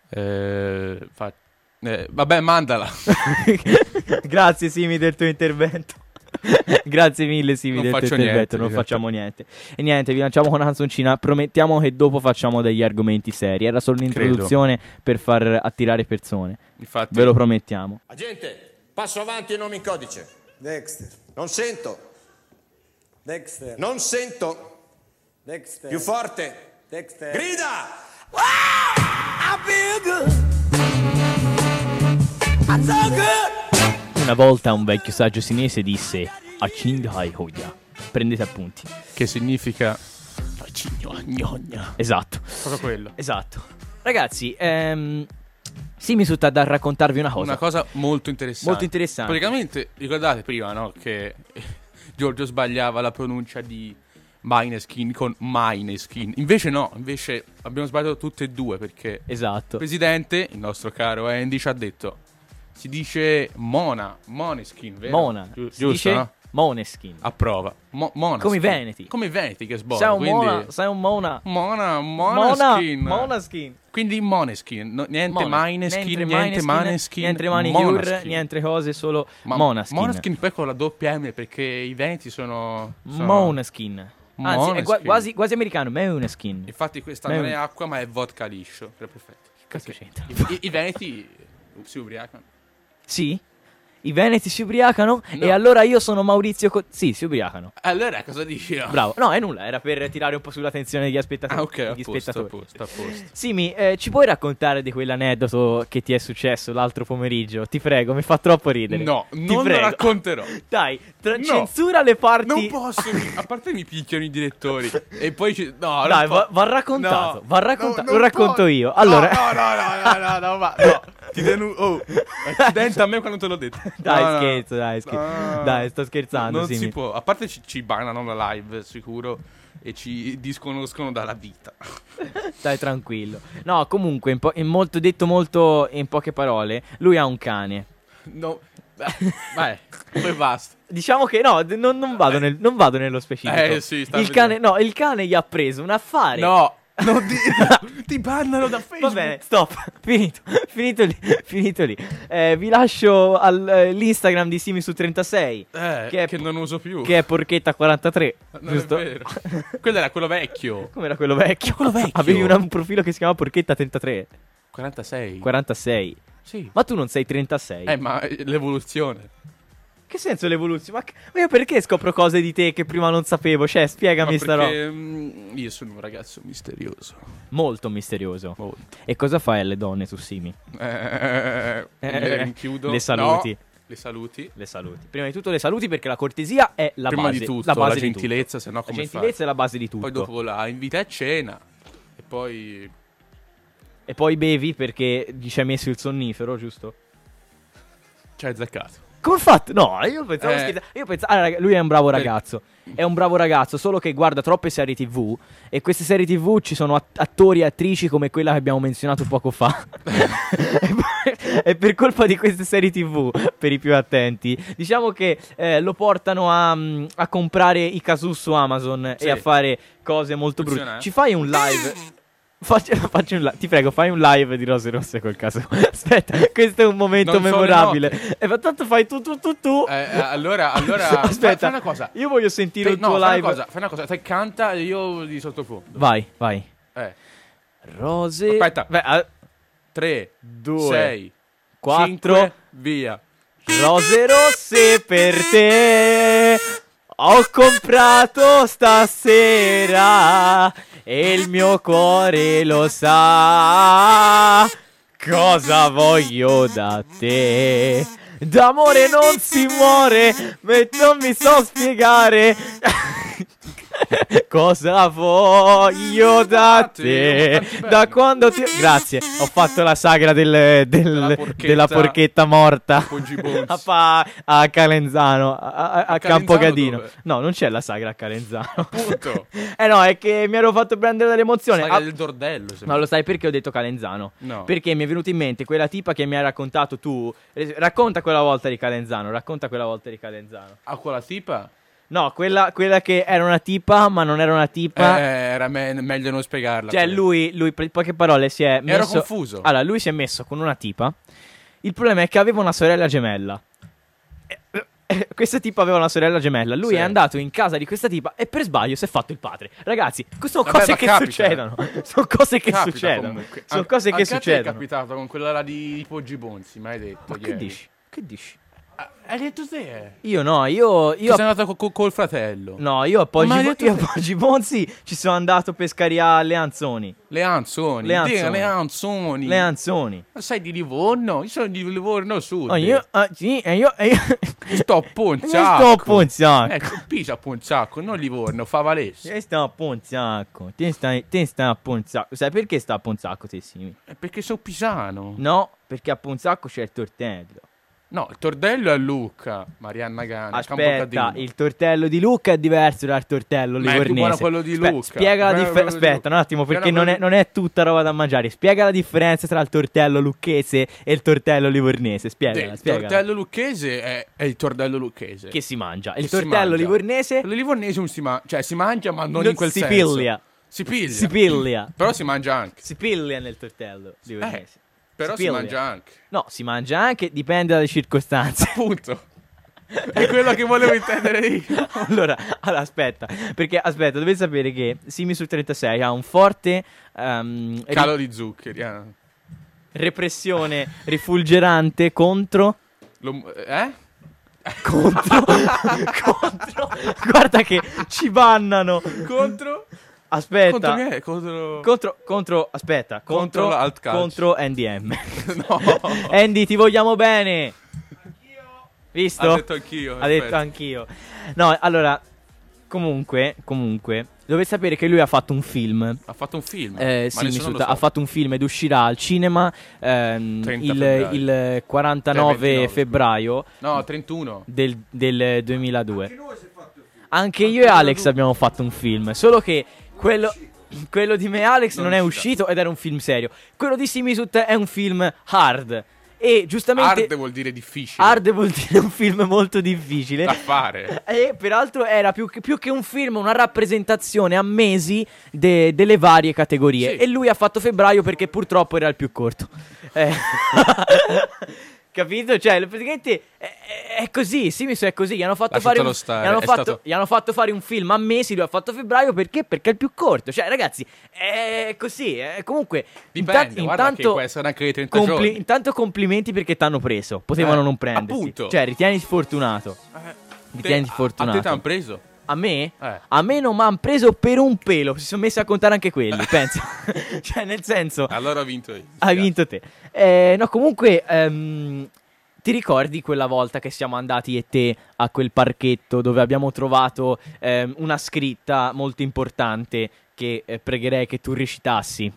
[SPEAKER 2] eh, fa- eh, vabbè, mandala.
[SPEAKER 3] Grazie Simi del tuo intervento. Grazie mille Simi
[SPEAKER 2] Non
[SPEAKER 3] del tuo
[SPEAKER 2] faccio
[SPEAKER 3] intervento,
[SPEAKER 2] niente,
[SPEAKER 3] non
[SPEAKER 2] esatto.
[SPEAKER 3] facciamo niente. E niente, vi lanciamo con una canzoncina, promettiamo che dopo facciamo degli argomenti seri. Era solo un'introduzione per far attirare persone.
[SPEAKER 2] Infatti,
[SPEAKER 3] Ve lo promettiamo.
[SPEAKER 5] Agente, passo avanti e nomi in codice.
[SPEAKER 6] Dexter,
[SPEAKER 5] Non sento,
[SPEAKER 6] Dexter,
[SPEAKER 5] non sento.
[SPEAKER 6] Dexter,
[SPEAKER 5] Più forte.
[SPEAKER 6] Dexter.
[SPEAKER 5] Grida!
[SPEAKER 7] I feel good. I so good.
[SPEAKER 3] Una volta un vecchio saggio cinese disse: Acing hai hoya". Prendete appunti.
[SPEAKER 2] che significa... Cignognogna.
[SPEAKER 3] Esatto.
[SPEAKER 2] Proprio quello.
[SPEAKER 3] Esatto. Ragazzi, ehm Simi sta da raccontarvi una cosa.
[SPEAKER 2] Una cosa molto interessante.
[SPEAKER 3] Molto interessante.
[SPEAKER 2] Praticamente, ricordate prima, no? Che Giorgio sbagliava la pronuncia di Mineskin con Mineskin. Invece no, invece abbiamo sbagliato tutte e due perché il
[SPEAKER 3] Esatto.
[SPEAKER 2] presidente, il nostro caro Andy, ci ha detto, si dice Mona, Moneskin, vero?
[SPEAKER 3] Mona.
[SPEAKER 2] Giu-
[SPEAKER 3] si
[SPEAKER 2] giusto,
[SPEAKER 3] dice
[SPEAKER 2] no?
[SPEAKER 3] Moneskin.
[SPEAKER 2] A prova. Mo- Monaskin.
[SPEAKER 3] Come i Veneti.
[SPEAKER 2] Come i Veneti che
[SPEAKER 3] Sei
[SPEAKER 2] sbagliano.
[SPEAKER 3] un
[SPEAKER 2] Quindi...
[SPEAKER 3] mona, sei un mona.
[SPEAKER 2] Mona,
[SPEAKER 3] Mona,
[SPEAKER 2] Monaskin.
[SPEAKER 3] Monaskin.
[SPEAKER 2] Quindi Moneskin, no- niente
[SPEAKER 3] Mona.
[SPEAKER 2] Mineskin,
[SPEAKER 3] Mentre
[SPEAKER 2] niente Maneskin,
[SPEAKER 3] niente manicure,
[SPEAKER 2] Monaskin.
[SPEAKER 3] niente cose, solo
[SPEAKER 2] Ma
[SPEAKER 3] Monaskin.
[SPEAKER 2] Monaskin poi con la doppia M perché i veneti sono... sono-
[SPEAKER 3] Monaskin. Anzi, è gua-
[SPEAKER 2] Monaskin.
[SPEAKER 3] quasi, quasi americano, Monaskin.
[SPEAKER 2] Infatti questa
[SPEAKER 3] Beh,
[SPEAKER 2] non è
[SPEAKER 3] un-
[SPEAKER 2] acqua ma è vodka liscio. Era perfetto.
[SPEAKER 3] cazzo c'entra?
[SPEAKER 2] I, i- i veneti si ubriacano.
[SPEAKER 3] Sì? I veneti si ubriacano?
[SPEAKER 2] No.
[SPEAKER 3] E allora io sono Maurizio. Co- sì, si ubriacano.
[SPEAKER 2] Allora, cosa dici?
[SPEAKER 3] Bravo. No, è nulla, era per tirare un po' sulla tensione degli aspettatori.
[SPEAKER 2] Ah, ok, a
[SPEAKER 3] degli
[SPEAKER 2] posto, a
[SPEAKER 3] spettatori.
[SPEAKER 2] posto, a posto.
[SPEAKER 3] Simi, eh, ci puoi raccontare di quell'aneddoto che ti è successo l'altro pomeriggio? Ti prego, mi fa troppo ridere.
[SPEAKER 2] No,
[SPEAKER 3] Ti
[SPEAKER 2] non lo
[SPEAKER 3] prego.
[SPEAKER 2] racconterò.
[SPEAKER 3] Dai, tra-
[SPEAKER 2] No.
[SPEAKER 3] censura le parti.
[SPEAKER 2] Non posso, mi- a parte mi picchiano i direttori e poi ci- no,
[SPEAKER 3] Dai,
[SPEAKER 2] non po-
[SPEAKER 3] va, va raccontato.
[SPEAKER 2] No,
[SPEAKER 3] va
[SPEAKER 2] no,
[SPEAKER 3] raccontato.
[SPEAKER 2] non
[SPEAKER 3] lo racconto
[SPEAKER 2] po-
[SPEAKER 3] io. Allora,
[SPEAKER 2] No, no, no, no, no, no, ma- no. Ti denu- oh, accidenti a me quando te l'ho detto.
[SPEAKER 3] dai,
[SPEAKER 2] No, no, no.
[SPEAKER 3] scherzo, dai, scherzo.
[SPEAKER 2] No.
[SPEAKER 3] Dai, sto scherzando.
[SPEAKER 2] Non si
[SPEAKER 3] Simi.
[SPEAKER 2] può. A parte ci, ci banano la live, sicuro, e ci disconoscono dalla vita.
[SPEAKER 3] Stai tranquillo. No, comunque, in po- in molto, detto molto in poche parole, lui ha un cane.
[SPEAKER 2] No. Vai, poi basta.
[SPEAKER 3] Diciamo che no, d- non, non vado, nel- non vado nello specifico.
[SPEAKER 2] Eh, sì, sta
[SPEAKER 3] il cane, no, il cane gli ha preso un affare.
[SPEAKER 2] No, non di- ti bannano da Facebook.
[SPEAKER 3] Va bene, stop. Finito, finito lì. Finito lì. Eh, vi lascio al- eh, l'Instagram di Simi su 36,
[SPEAKER 2] Eh,
[SPEAKER 3] Che
[SPEAKER 2] che,
[SPEAKER 3] è-
[SPEAKER 2] non uso più.
[SPEAKER 3] che è porchetta43.
[SPEAKER 2] non
[SPEAKER 3] giusto?
[SPEAKER 2] è vero. Quello era quello vecchio.
[SPEAKER 3] Come era quello vecchio?
[SPEAKER 2] quello vecchio.
[SPEAKER 3] Avevi una- un profilo che si chiamava Porchetta33.
[SPEAKER 2] 46.
[SPEAKER 3] 46.
[SPEAKER 2] Sì.
[SPEAKER 3] Ma tu non sei 36.
[SPEAKER 2] Eh, ma l'evoluzione.
[SPEAKER 3] Che senso l'evoluzione? Ma, che- ma io perché scopro cose di te che prima non sapevo? Cioè, spiegami
[SPEAKER 2] ma
[SPEAKER 3] sta roba.
[SPEAKER 2] perché mm, io sono un ragazzo misterioso.
[SPEAKER 3] Molto misterioso.
[SPEAKER 2] Molto.
[SPEAKER 3] E cosa fai alle donne tu, Simi?
[SPEAKER 2] Eh,
[SPEAKER 3] Eh,
[SPEAKER 2] le rinchiudo.
[SPEAKER 3] le saluti.
[SPEAKER 2] No, le saluti.
[SPEAKER 3] Le saluti. Prima di tutto le saluti perché la cortesia è la
[SPEAKER 2] Prima
[SPEAKER 3] base.
[SPEAKER 2] di tutto,
[SPEAKER 3] la,
[SPEAKER 2] la,
[SPEAKER 3] base di
[SPEAKER 2] gentilezza, se no
[SPEAKER 3] tutto. La
[SPEAKER 2] come
[SPEAKER 3] gentilezza
[SPEAKER 2] fai?
[SPEAKER 3] è la base di tutto.
[SPEAKER 2] Poi dopo la invita a cena. E poi...
[SPEAKER 3] E poi bevi perché ci hai messo il sonnifero, giusto?
[SPEAKER 2] Ci hai azzeccato.
[SPEAKER 3] Come ho fatto? No, io pensavo
[SPEAKER 2] Eh.
[SPEAKER 3] scherza- Io pensavo, ah, raga, lui è un bravo ragazzo. È un bravo ragazzo, solo che guarda troppe serie TV. E queste serie TV ci sono at- attori e attrici come quella che abbiamo menzionato poco fa. e, per, e per colpa di queste serie TV, per i più attenti, diciamo che eh, lo portano a, mm, a comprare i casus su Amazon
[SPEAKER 2] Sì.
[SPEAKER 3] e a fare cose molto
[SPEAKER 2] Funziona,
[SPEAKER 3] brutte. Ci
[SPEAKER 2] eh?
[SPEAKER 3] fai un live? Faccio, faccio un live, ti prego, fai un live di Rose Rosse col caso. Aspetta, questo è un momento
[SPEAKER 2] Non so le
[SPEAKER 3] memorabile. E ma tanto fai tu tu tu tu.
[SPEAKER 2] Eh, eh, allora, allora...
[SPEAKER 3] Aspetta,
[SPEAKER 2] fa- fai una cosa.
[SPEAKER 3] Io voglio sentire
[SPEAKER 2] Fai-
[SPEAKER 3] il
[SPEAKER 2] no,
[SPEAKER 3] tuo
[SPEAKER 2] fai
[SPEAKER 3] live.
[SPEAKER 2] Una cosa, fai una cosa. Te canta e io di sottofondo.
[SPEAKER 3] Vai, vai.
[SPEAKER 2] Eh.
[SPEAKER 3] Rose.
[SPEAKER 2] Aspetta.
[SPEAKER 3] Beh, ah,
[SPEAKER 2] 3,
[SPEAKER 3] Due,
[SPEAKER 2] 6,
[SPEAKER 3] quattro.
[SPEAKER 2] 4, via.
[SPEAKER 3] Rose rosse per te. Ho comprato stasera e il mio cuore lo sa. Cosa voglio da te? D'amore non si muore, ma non mi so spiegare. Cosa voglio da te? Da quando ti. Grazie, ho fatto la sagra del- del-
[SPEAKER 2] Della porchetta.
[SPEAKER 3] della porchetta morta.
[SPEAKER 2] Poggi Bonzi.
[SPEAKER 3] A, fa- a Calenzano, a, a- a
[SPEAKER 2] A
[SPEAKER 3] Campo
[SPEAKER 2] Calenzano
[SPEAKER 3] Gadino.
[SPEAKER 2] dove?
[SPEAKER 3] No, non c'è la sagra a Calenzano.
[SPEAKER 2] Appunto.
[SPEAKER 3] eh no, è che mi ero fatto prendere dall'emozione.
[SPEAKER 2] Sai,
[SPEAKER 3] Ah,
[SPEAKER 2] il dordello. se
[SPEAKER 3] Ma lo sai perché ho detto Calenzano?
[SPEAKER 2] No.
[SPEAKER 3] Perché mi è venuta in mente quella tipa che mi hai raccontato tu. Eh, Racconta quella volta di Calenzano, racconta quella volta di Calenzano.
[SPEAKER 2] A quella tipa?
[SPEAKER 3] No, quella, quella che era una tipa, ma non era una tipa.
[SPEAKER 2] Eh, era me- meglio non spiegarla.
[SPEAKER 3] Cioè,
[SPEAKER 2] quella.
[SPEAKER 3] lui, lui, per poche parole, si è messo.
[SPEAKER 2] confuso.
[SPEAKER 3] Allora, lui si è messo con una tipa. Il problema è che aveva una sorella gemella. Eh, eh, eh, Questa tipa aveva una sorella gemella. Lui
[SPEAKER 2] Sì.
[SPEAKER 3] è andato in casa di questa tipa e per sbaglio si è fatto il padre. Ragazzi, sono
[SPEAKER 2] Vabbè,
[SPEAKER 3] cose
[SPEAKER 2] ma
[SPEAKER 3] che
[SPEAKER 2] capita.
[SPEAKER 3] succedono. Sono cose che
[SPEAKER 2] Capita
[SPEAKER 3] succedono.
[SPEAKER 2] comunque.
[SPEAKER 3] Sono
[SPEAKER 2] An-
[SPEAKER 3] cose che
[SPEAKER 2] anche a te è
[SPEAKER 3] succedono.
[SPEAKER 2] capitato con quella là di Poggi Bonzi, mi hai detto.
[SPEAKER 3] Ma che
[SPEAKER 2] ieri.
[SPEAKER 3] dici? Che dici?
[SPEAKER 2] Ah, Hai detto te?
[SPEAKER 3] Io no, io.
[SPEAKER 2] Io
[SPEAKER 3] io
[SPEAKER 2] sei andato co- co- col fratello.
[SPEAKER 3] No, io a
[SPEAKER 2] Ma hai
[SPEAKER 3] Poggi,
[SPEAKER 2] detto
[SPEAKER 3] io a
[SPEAKER 2] te.
[SPEAKER 3] Poggi Bonzi ci sono andato per scariare le anzoni.
[SPEAKER 2] Le Anzoni.
[SPEAKER 3] Le
[SPEAKER 2] Dio,
[SPEAKER 3] Anzoni.
[SPEAKER 2] Le Anzoni.
[SPEAKER 3] Le anzoni.
[SPEAKER 2] Ma sei di Livorno? Io sono di Livorno Sud.
[SPEAKER 3] Oh, io, ah, sì, e io, e io-
[SPEAKER 2] Sto a Ponzacco.
[SPEAKER 3] Io sto a Ponzacco.
[SPEAKER 2] Ecco, Pisa a Ponzacco, non Livorno, Favalese.
[SPEAKER 3] Te sta a Ponzacco, te stai, te stai a Ponzacco. Sai perché sta a Ponzacco te, Simi?
[SPEAKER 2] Eh, Perché sono pisano.
[SPEAKER 3] No, perché a Ponzacco c'è il tortello.
[SPEAKER 2] No, il tordello è a Luca, Marianna Gani,
[SPEAKER 3] Aspetta,
[SPEAKER 2] Campocadino.
[SPEAKER 3] il tortello di Luca è diverso dal tortello
[SPEAKER 2] Ma è più
[SPEAKER 3] livornese.
[SPEAKER 2] buono quello di
[SPEAKER 3] Aspe-
[SPEAKER 2] Luca.
[SPEAKER 3] Spiega la
[SPEAKER 2] Buono
[SPEAKER 3] differenza.
[SPEAKER 2] quello di Luca.
[SPEAKER 3] Aspetta un attimo, perché
[SPEAKER 2] Buono
[SPEAKER 3] non è,
[SPEAKER 2] quello
[SPEAKER 3] non è tutta roba da mangiare. Spiega la differenza tra il tortello lucchese e il tortello livornese.
[SPEAKER 2] Sì,
[SPEAKER 3] Spiega,
[SPEAKER 2] il
[SPEAKER 3] spiega.
[SPEAKER 2] tortello lucchese è, è il tortello lucchese.
[SPEAKER 3] Eh, Che si mangia. Il
[SPEAKER 2] Che si
[SPEAKER 3] tortello
[SPEAKER 2] mangia.
[SPEAKER 3] livornese
[SPEAKER 2] Quello livornese non si mangia, cioè si mangia ma non,
[SPEAKER 3] Non
[SPEAKER 2] in quel
[SPEAKER 3] si
[SPEAKER 2] senso.
[SPEAKER 3] piglia.
[SPEAKER 2] Si Eh. piglia.
[SPEAKER 3] si piglia.
[SPEAKER 2] Però si mangia anche.
[SPEAKER 3] Si piglia nel tortello livornese.
[SPEAKER 2] Però si,
[SPEAKER 3] piglia.
[SPEAKER 2] mangia anche.
[SPEAKER 3] No, si mangia anche, dipende dalle circostanze.
[SPEAKER 2] Punto. è quello che volevo intendere io.
[SPEAKER 3] allora, allora, aspetta, perché aspetta, dovete sapere che Simi sul 36 ha un forte ehm, ri-
[SPEAKER 2] Calo di zuccheri. eh.
[SPEAKER 3] repressione rifulgerante contro
[SPEAKER 2] Lo- eh?
[SPEAKER 3] contro contro guarda che ci bannano
[SPEAKER 2] Contro? Contro
[SPEAKER 3] aspetta
[SPEAKER 2] che? Contro...
[SPEAKER 3] contro contro aspetta
[SPEAKER 2] Contro
[SPEAKER 3] contro
[SPEAKER 2] l'alt calcio.
[SPEAKER 3] contro NDM
[SPEAKER 2] no.
[SPEAKER 3] Andy ti vogliamo bene visto
[SPEAKER 2] Ha detto anch'io.
[SPEAKER 3] ha detto
[SPEAKER 2] aspetta.
[SPEAKER 3] anch'io. No, allora, comunque, comunque, dovete sapere che lui ha fatto un film.
[SPEAKER 2] Ha fatto un film.
[SPEAKER 3] Eh,
[SPEAKER 2] ma
[SPEAKER 3] sì, mi
[SPEAKER 2] nessuno lo
[SPEAKER 3] risulta,
[SPEAKER 2] sa.
[SPEAKER 3] ha fatto un film ed uscirà al cinema ehm,
[SPEAKER 2] 30
[SPEAKER 3] il,
[SPEAKER 2] febbraio.
[SPEAKER 3] il 49
[SPEAKER 2] 29.
[SPEAKER 3] febbraio
[SPEAKER 2] No, 31.
[SPEAKER 3] del, del 2002. Anche, io e Alex abbiamo fatto un film, solo che quello, quello di me e Alex non,
[SPEAKER 2] Non è
[SPEAKER 3] è
[SPEAKER 2] uscito.
[SPEAKER 3] uscito ed era un film serio. Quello di Simisut è un film hard. E giustamente
[SPEAKER 2] Hard vuol dire difficile.
[SPEAKER 3] hard vuol dire un film molto difficile.
[SPEAKER 2] da fare.
[SPEAKER 3] E peraltro era più che, più che un film, una rappresentazione a mesi de- delle varie categorie.
[SPEAKER 2] Sì.
[SPEAKER 3] E lui ha fatto febbraio perché purtroppo era il più corto. Eh. Capito? Cioè, praticamente è, è- è così. Simis è così. Gli hanno fatto,
[SPEAKER 2] Lasciatelo
[SPEAKER 3] fare un,
[SPEAKER 2] stare,
[SPEAKER 3] gli hanno
[SPEAKER 2] è
[SPEAKER 3] fatto-
[SPEAKER 2] stato-
[SPEAKER 3] gli hanno fatto fare un film a mesi. Lui ha fatto febbraio perché? Perché è il più corto. Cioè, ragazzi, è così. eh. Comunque,
[SPEAKER 2] Dipende,
[SPEAKER 3] intan-
[SPEAKER 2] guarda che
[SPEAKER 3] intanto-
[SPEAKER 2] può essere anche di 30
[SPEAKER 3] compli-
[SPEAKER 2] giorni.
[SPEAKER 3] intanto complimenti perché t'hanno preso. Potevano
[SPEAKER 2] Eh,
[SPEAKER 3] non prenderti.
[SPEAKER 2] appunto.
[SPEAKER 3] Cioè, ritieni sfortunato. Mi tieni
[SPEAKER 2] Te- a-
[SPEAKER 3] fortunato.
[SPEAKER 2] A te t'hanno preso.
[SPEAKER 3] A me?
[SPEAKER 2] Eh.
[SPEAKER 3] A me non mi hanno preso per un pelo. Si sono messi a contare anche quelli. pensa. cioè, nel senso,
[SPEAKER 2] Allora ho vinto io.
[SPEAKER 3] hai vinto te. Eh, no, comunque, ehm, ti ricordi quella volta che siamo andati e te a quel parchetto dove abbiamo trovato ehm, una scritta molto importante che eh, pregherei che tu recitassi?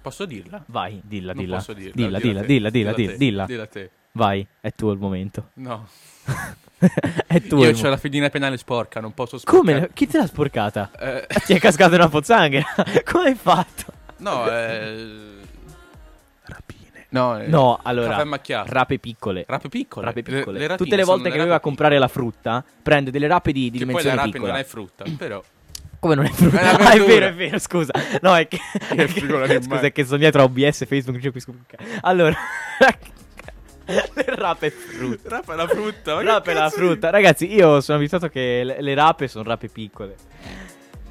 [SPEAKER 2] Posso dirla?
[SPEAKER 3] Vai, dilla,
[SPEAKER 2] Non
[SPEAKER 3] dilla.
[SPEAKER 2] posso dirla.
[SPEAKER 3] Dilla,
[SPEAKER 2] dilla
[SPEAKER 3] dilla,
[SPEAKER 2] te,
[SPEAKER 3] dilla, dilla,
[SPEAKER 2] dilla
[SPEAKER 3] dilla,
[SPEAKER 2] te,
[SPEAKER 3] dilla.
[SPEAKER 2] dilla te.
[SPEAKER 3] Vai, è tuo il momento.
[SPEAKER 2] No.
[SPEAKER 3] è tuo.
[SPEAKER 2] Io
[SPEAKER 3] il
[SPEAKER 2] ho
[SPEAKER 3] mo-
[SPEAKER 2] la fedina penale sporca, non posso
[SPEAKER 3] Come?
[SPEAKER 2] sporcare.
[SPEAKER 3] la- Chi te l'ha sporcata?
[SPEAKER 2] Eh,
[SPEAKER 3] Ti è cascata una pozzanghera. Come hai fatto?
[SPEAKER 2] no, eh... Rapine. No, eh,
[SPEAKER 3] No, allora,
[SPEAKER 2] Caffè macchiato.
[SPEAKER 3] rape piccole.
[SPEAKER 2] rape piccole.
[SPEAKER 3] Rape piccole.
[SPEAKER 2] rapine
[SPEAKER 3] Tutte le
[SPEAKER 2] sono
[SPEAKER 3] volte che
[SPEAKER 2] rape
[SPEAKER 3] doveva
[SPEAKER 2] piccole.
[SPEAKER 3] comprare la frutta, prende delle rape di, di
[SPEAKER 2] Che poi la
[SPEAKER 3] dimensione
[SPEAKER 2] rape
[SPEAKER 3] piccola.
[SPEAKER 2] non è frutta, però...
[SPEAKER 3] Come non è frutta?
[SPEAKER 2] È una
[SPEAKER 3] Ah, è
[SPEAKER 2] verdura.
[SPEAKER 3] vero, è vero, scusa. No, è che... è che-
[SPEAKER 2] figura di
[SPEAKER 3] scusa,
[SPEAKER 2] me.
[SPEAKER 3] è che sono dietro a OBS, Facebook, c'è qui scusa. Allora... le rape e frutta.
[SPEAKER 2] Rape è la frutta. ma che
[SPEAKER 3] Rape e la
[SPEAKER 2] cazzo
[SPEAKER 3] frutta. Ragazzi, io sono abituato che le, le rape sono rape piccole.
[SPEAKER 2] dici?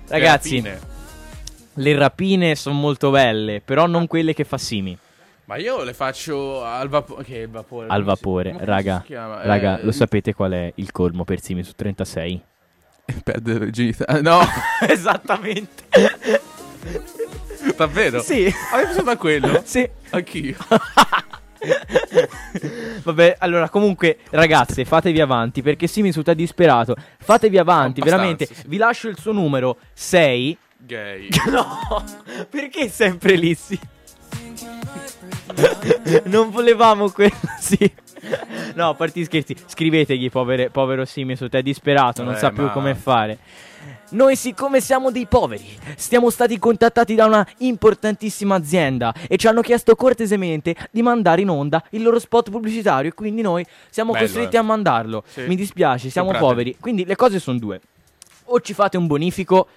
[SPEAKER 3] Ragazzi,
[SPEAKER 2] Rapine.
[SPEAKER 3] le rapine sono molto belle, però
[SPEAKER 2] Ah.
[SPEAKER 3] non quelle che fa Simi.
[SPEAKER 2] Ma io le faccio al vapore. Che vapore?
[SPEAKER 3] Al
[SPEAKER 2] Come si-
[SPEAKER 3] vapore,
[SPEAKER 2] come si
[SPEAKER 3] raga.
[SPEAKER 2] chiama?
[SPEAKER 3] Raga,
[SPEAKER 2] Eh,
[SPEAKER 3] lo sapete qual è il colmo per Simi su 36?
[SPEAKER 4] Perde la virginità. Ah, No,
[SPEAKER 3] Esattamente.
[SPEAKER 2] Davvero?
[SPEAKER 3] Sì.
[SPEAKER 2] Avevi pensato a quello?
[SPEAKER 3] Sì.
[SPEAKER 2] Anch'io.
[SPEAKER 3] Vabbè, allora comunque ragazze, fatevi avanti perché Simi su è disperato. Fatevi avanti,
[SPEAKER 2] Abbastanza,
[SPEAKER 3] veramente.
[SPEAKER 2] sì.
[SPEAKER 3] Vi lascio il suo numero 6.
[SPEAKER 2] Gay.
[SPEAKER 3] No, perché sempre lì sì? Non volevamo quello, sì. No, parti scherzi. Scrivetegli, povere- povero Simisu, è disperato, non
[SPEAKER 2] Eh,
[SPEAKER 3] sa più
[SPEAKER 2] ma-
[SPEAKER 3] come fare. Noi, siccome siamo dei poveri, siamo stati contattati da una importantissima azienda e ci hanno chiesto cortesemente di mandare in onda il loro spot pubblicitario. E quindi noi siamo
[SPEAKER 2] Bello,
[SPEAKER 3] costretti
[SPEAKER 2] eh.
[SPEAKER 3] a mandarlo.
[SPEAKER 2] Sì.
[SPEAKER 3] Mi dispiace, siamo
[SPEAKER 2] Comprateli.
[SPEAKER 3] poveri. Quindi le cose sono due o ci fate un bonifico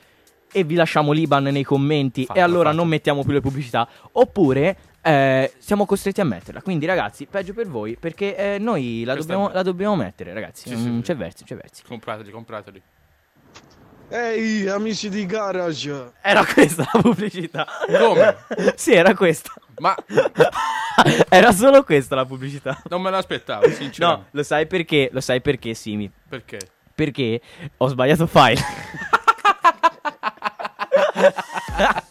[SPEAKER 3] e vi lasciamo l'Iban nei commenti
[SPEAKER 2] Fatto,
[SPEAKER 3] e allora
[SPEAKER 2] fatto.
[SPEAKER 3] non mettiamo più le pubblicità, oppure eh, siamo costretti a metterla. Quindi ragazzi, peggio per voi perché eh, noi la
[SPEAKER 2] Questa è
[SPEAKER 3] dobbiamo,
[SPEAKER 2] bella.
[SPEAKER 3] la dobbiamo mettere, ragazzi.
[SPEAKER 2] Sì,
[SPEAKER 3] non
[SPEAKER 2] sì, sì.
[SPEAKER 3] c'è verso, c'è verso.
[SPEAKER 2] comprateli, comprateli.
[SPEAKER 8] Ehi, amici di Garage,
[SPEAKER 3] Era questa la pubblicità.
[SPEAKER 2] Come?
[SPEAKER 3] sì, era questa.
[SPEAKER 2] Ma
[SPEAKER 3] era solo questa la pubblicità.
[SPEAKER 2] non me l'aspettavo,
[SPEAKER 3] No,
[SPEAKER 2] sinceramente.
[SPEAKER 3] lo sai perché? Lo sai perché, Simi?
[SPEAKER 2] Perché?
[SPEAKER 3] Perché ho sbagliato file.
[SPEAKER 2] Ah.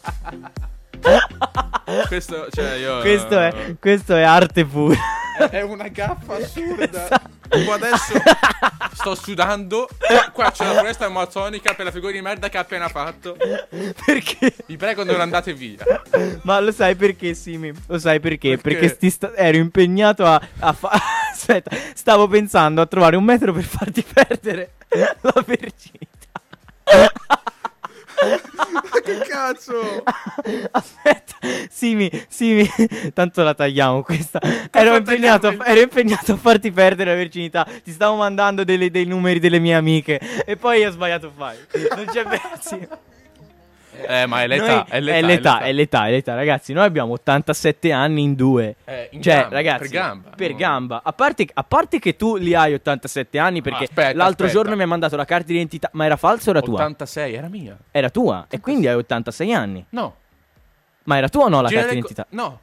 [SPEAKER 2] Questo, cioè, io...
[SPEAKER 3] questo, è, questo è arte pura.
[SPEAKER 2] È una gaffa assurda.
[SPEAKER 3] Esatto.
[SPEAKER 2] Tipo adesso sto sudando. Qua c'è la foresta amazzonica per la figura di merda che ha appena fatto.
[SPEAKER 3] perché?
[SPEAKER 2] Vi prego, non andate via.
[SPEAKER 3] Ma lo sai perché, Simi? Lo sai perché? Perché,
[SPEAKER 2] Perché?
[SPEAKER 3] sti sta- ero impegnato a, a fa- Aspetta, stavo pensando a trovare un metodo per farti perdere la verginità.
[SPEAKER 2] Che cazzo?
[SPEAKER 3] Aspetta, Simi, Simi, tanto la tagliamo questa. Ero
[SPEAKER 2] la
[SPEAKER 3] impegnato,
[SPEAKER 2] tagliamo?
[SPEAKER 3] ero impegnato a farti perdere la verginità. Ti stavo mandando delle- dei numeri delle mie amiche e poi ho sbagliato file. Non c'è verso.
[SPEAKER 2] Eh, ma è l'età,
[SPEAKER 3] Noi-
[SPEAKER 2] è l'età.
[SPEAKER 3] è l'età, è l'età, è l'età. ragazzi. Noi abbiamo 87 anni in due.
[SPEAKER 2] Eh, in
[SPEAKER 3] cioè,
[SPEAKER 2] gamba,
[SPEAKER 3] ragazzi,
[SPEAKER 2] per gamba.
[SPEAKER 3] per
[SPEAKER 2] No.
[SPEAKER 3] gamba. A, parte, a parte che tu li hai 87 anni perché
[SPEAKER 2] Ah, Aspetta,
[SPEAKER 3] l'altro
[SPEAKER 2] aspetta.
[SPEAKER 3] giorno mi hai mandato la carta d'identità, ma era falsa o era tua?
[SPEAKER 2] 86, era mia.
[SPEAKER 3] Era tua, e quindi hai 86 anni.
[SPEAKER 2] No. Cioè,
[SPEAKER 3] Ma era tua o no la carta
[SPEAKER 2] Genere-
[SPEAKER 3] d'identità?
[SPEAKER 2] No.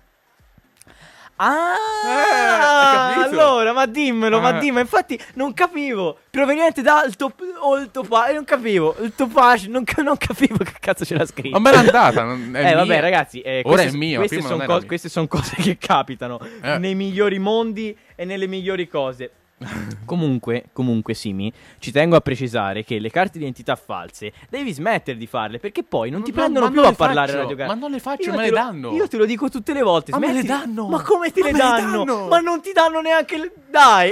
[SPEAKER 3] Ah,
[SPEAKER 2] Eh, hai capito?
[SPEAKER 3] allora, ma dimmelo, ma
[SPEAKER 2] Eh.
[SPEAKER 3] dimmelo. Infatti, non capivo. Proveniente da Alto Olto Non capivo. Il Topage, non, ca- non capivo che cazzo c'era scritto.
[SPEAKER 2] Ma me l'è andata. non- è
[SPEAKER 3] eh, vabbè,
[SPEAKER 2] mia.
[SPEAKER 3] ragazzi. eh,
[SPEAKER 2] Ora
[SPEAKER 3] queste-
[SPEAKER 2] è mia,
[SPEAKER 3] Queste
[SPEAKER 2] prima
[SPEAKER 3] sono
[SPEAKER 2] non era mia.
[SPEAKER 3] cose che capitano
[SPEAKER 2] Eh.
[SPEAKER 3] nei migliori mondi e nelle migliori cose. comunque, comunque, Simi, ci tengo a precisare che le carte d'identità false devi smettere di farle perché poi non ti
[SPEAKER 2] Ma-
[SPEAKER 3] prendono
[SPEAKER 2] ma
[SPEAKER 3] più
[SPEAKER 2] non
[SPEAKER 3] a
[SPEAKER 2] le
[SPEAKER 3] parlare
[SPEAKER 2] faccio,
[SPEAKER 3] alla radio.
[SPEAKER 2] ma non le faccio,
[SPEAKER 3] Io
[SPEAKER 2] me
[SPEAKER 3] te
[SPEAKER 2] le
[SPEAKER 3] lo-
[SPEAKER 2] danno.
[SPEAKER 3] Io te lo dico tutte le volte.
[SPEAKER 2] Ma me le
[SPEAKER 3] smetti-
[SPEAKER 2] danno.
[SPEAKER 3] Ma come te
[SPEAKER 2] Ma
[SPEAKER 3] le
[SPEAKER 2] me le
[SPEAKER 3] danno?
[SPEAKER 2] danno.
[SPEAKER 3] Ma non ti danno neanche il. Dai.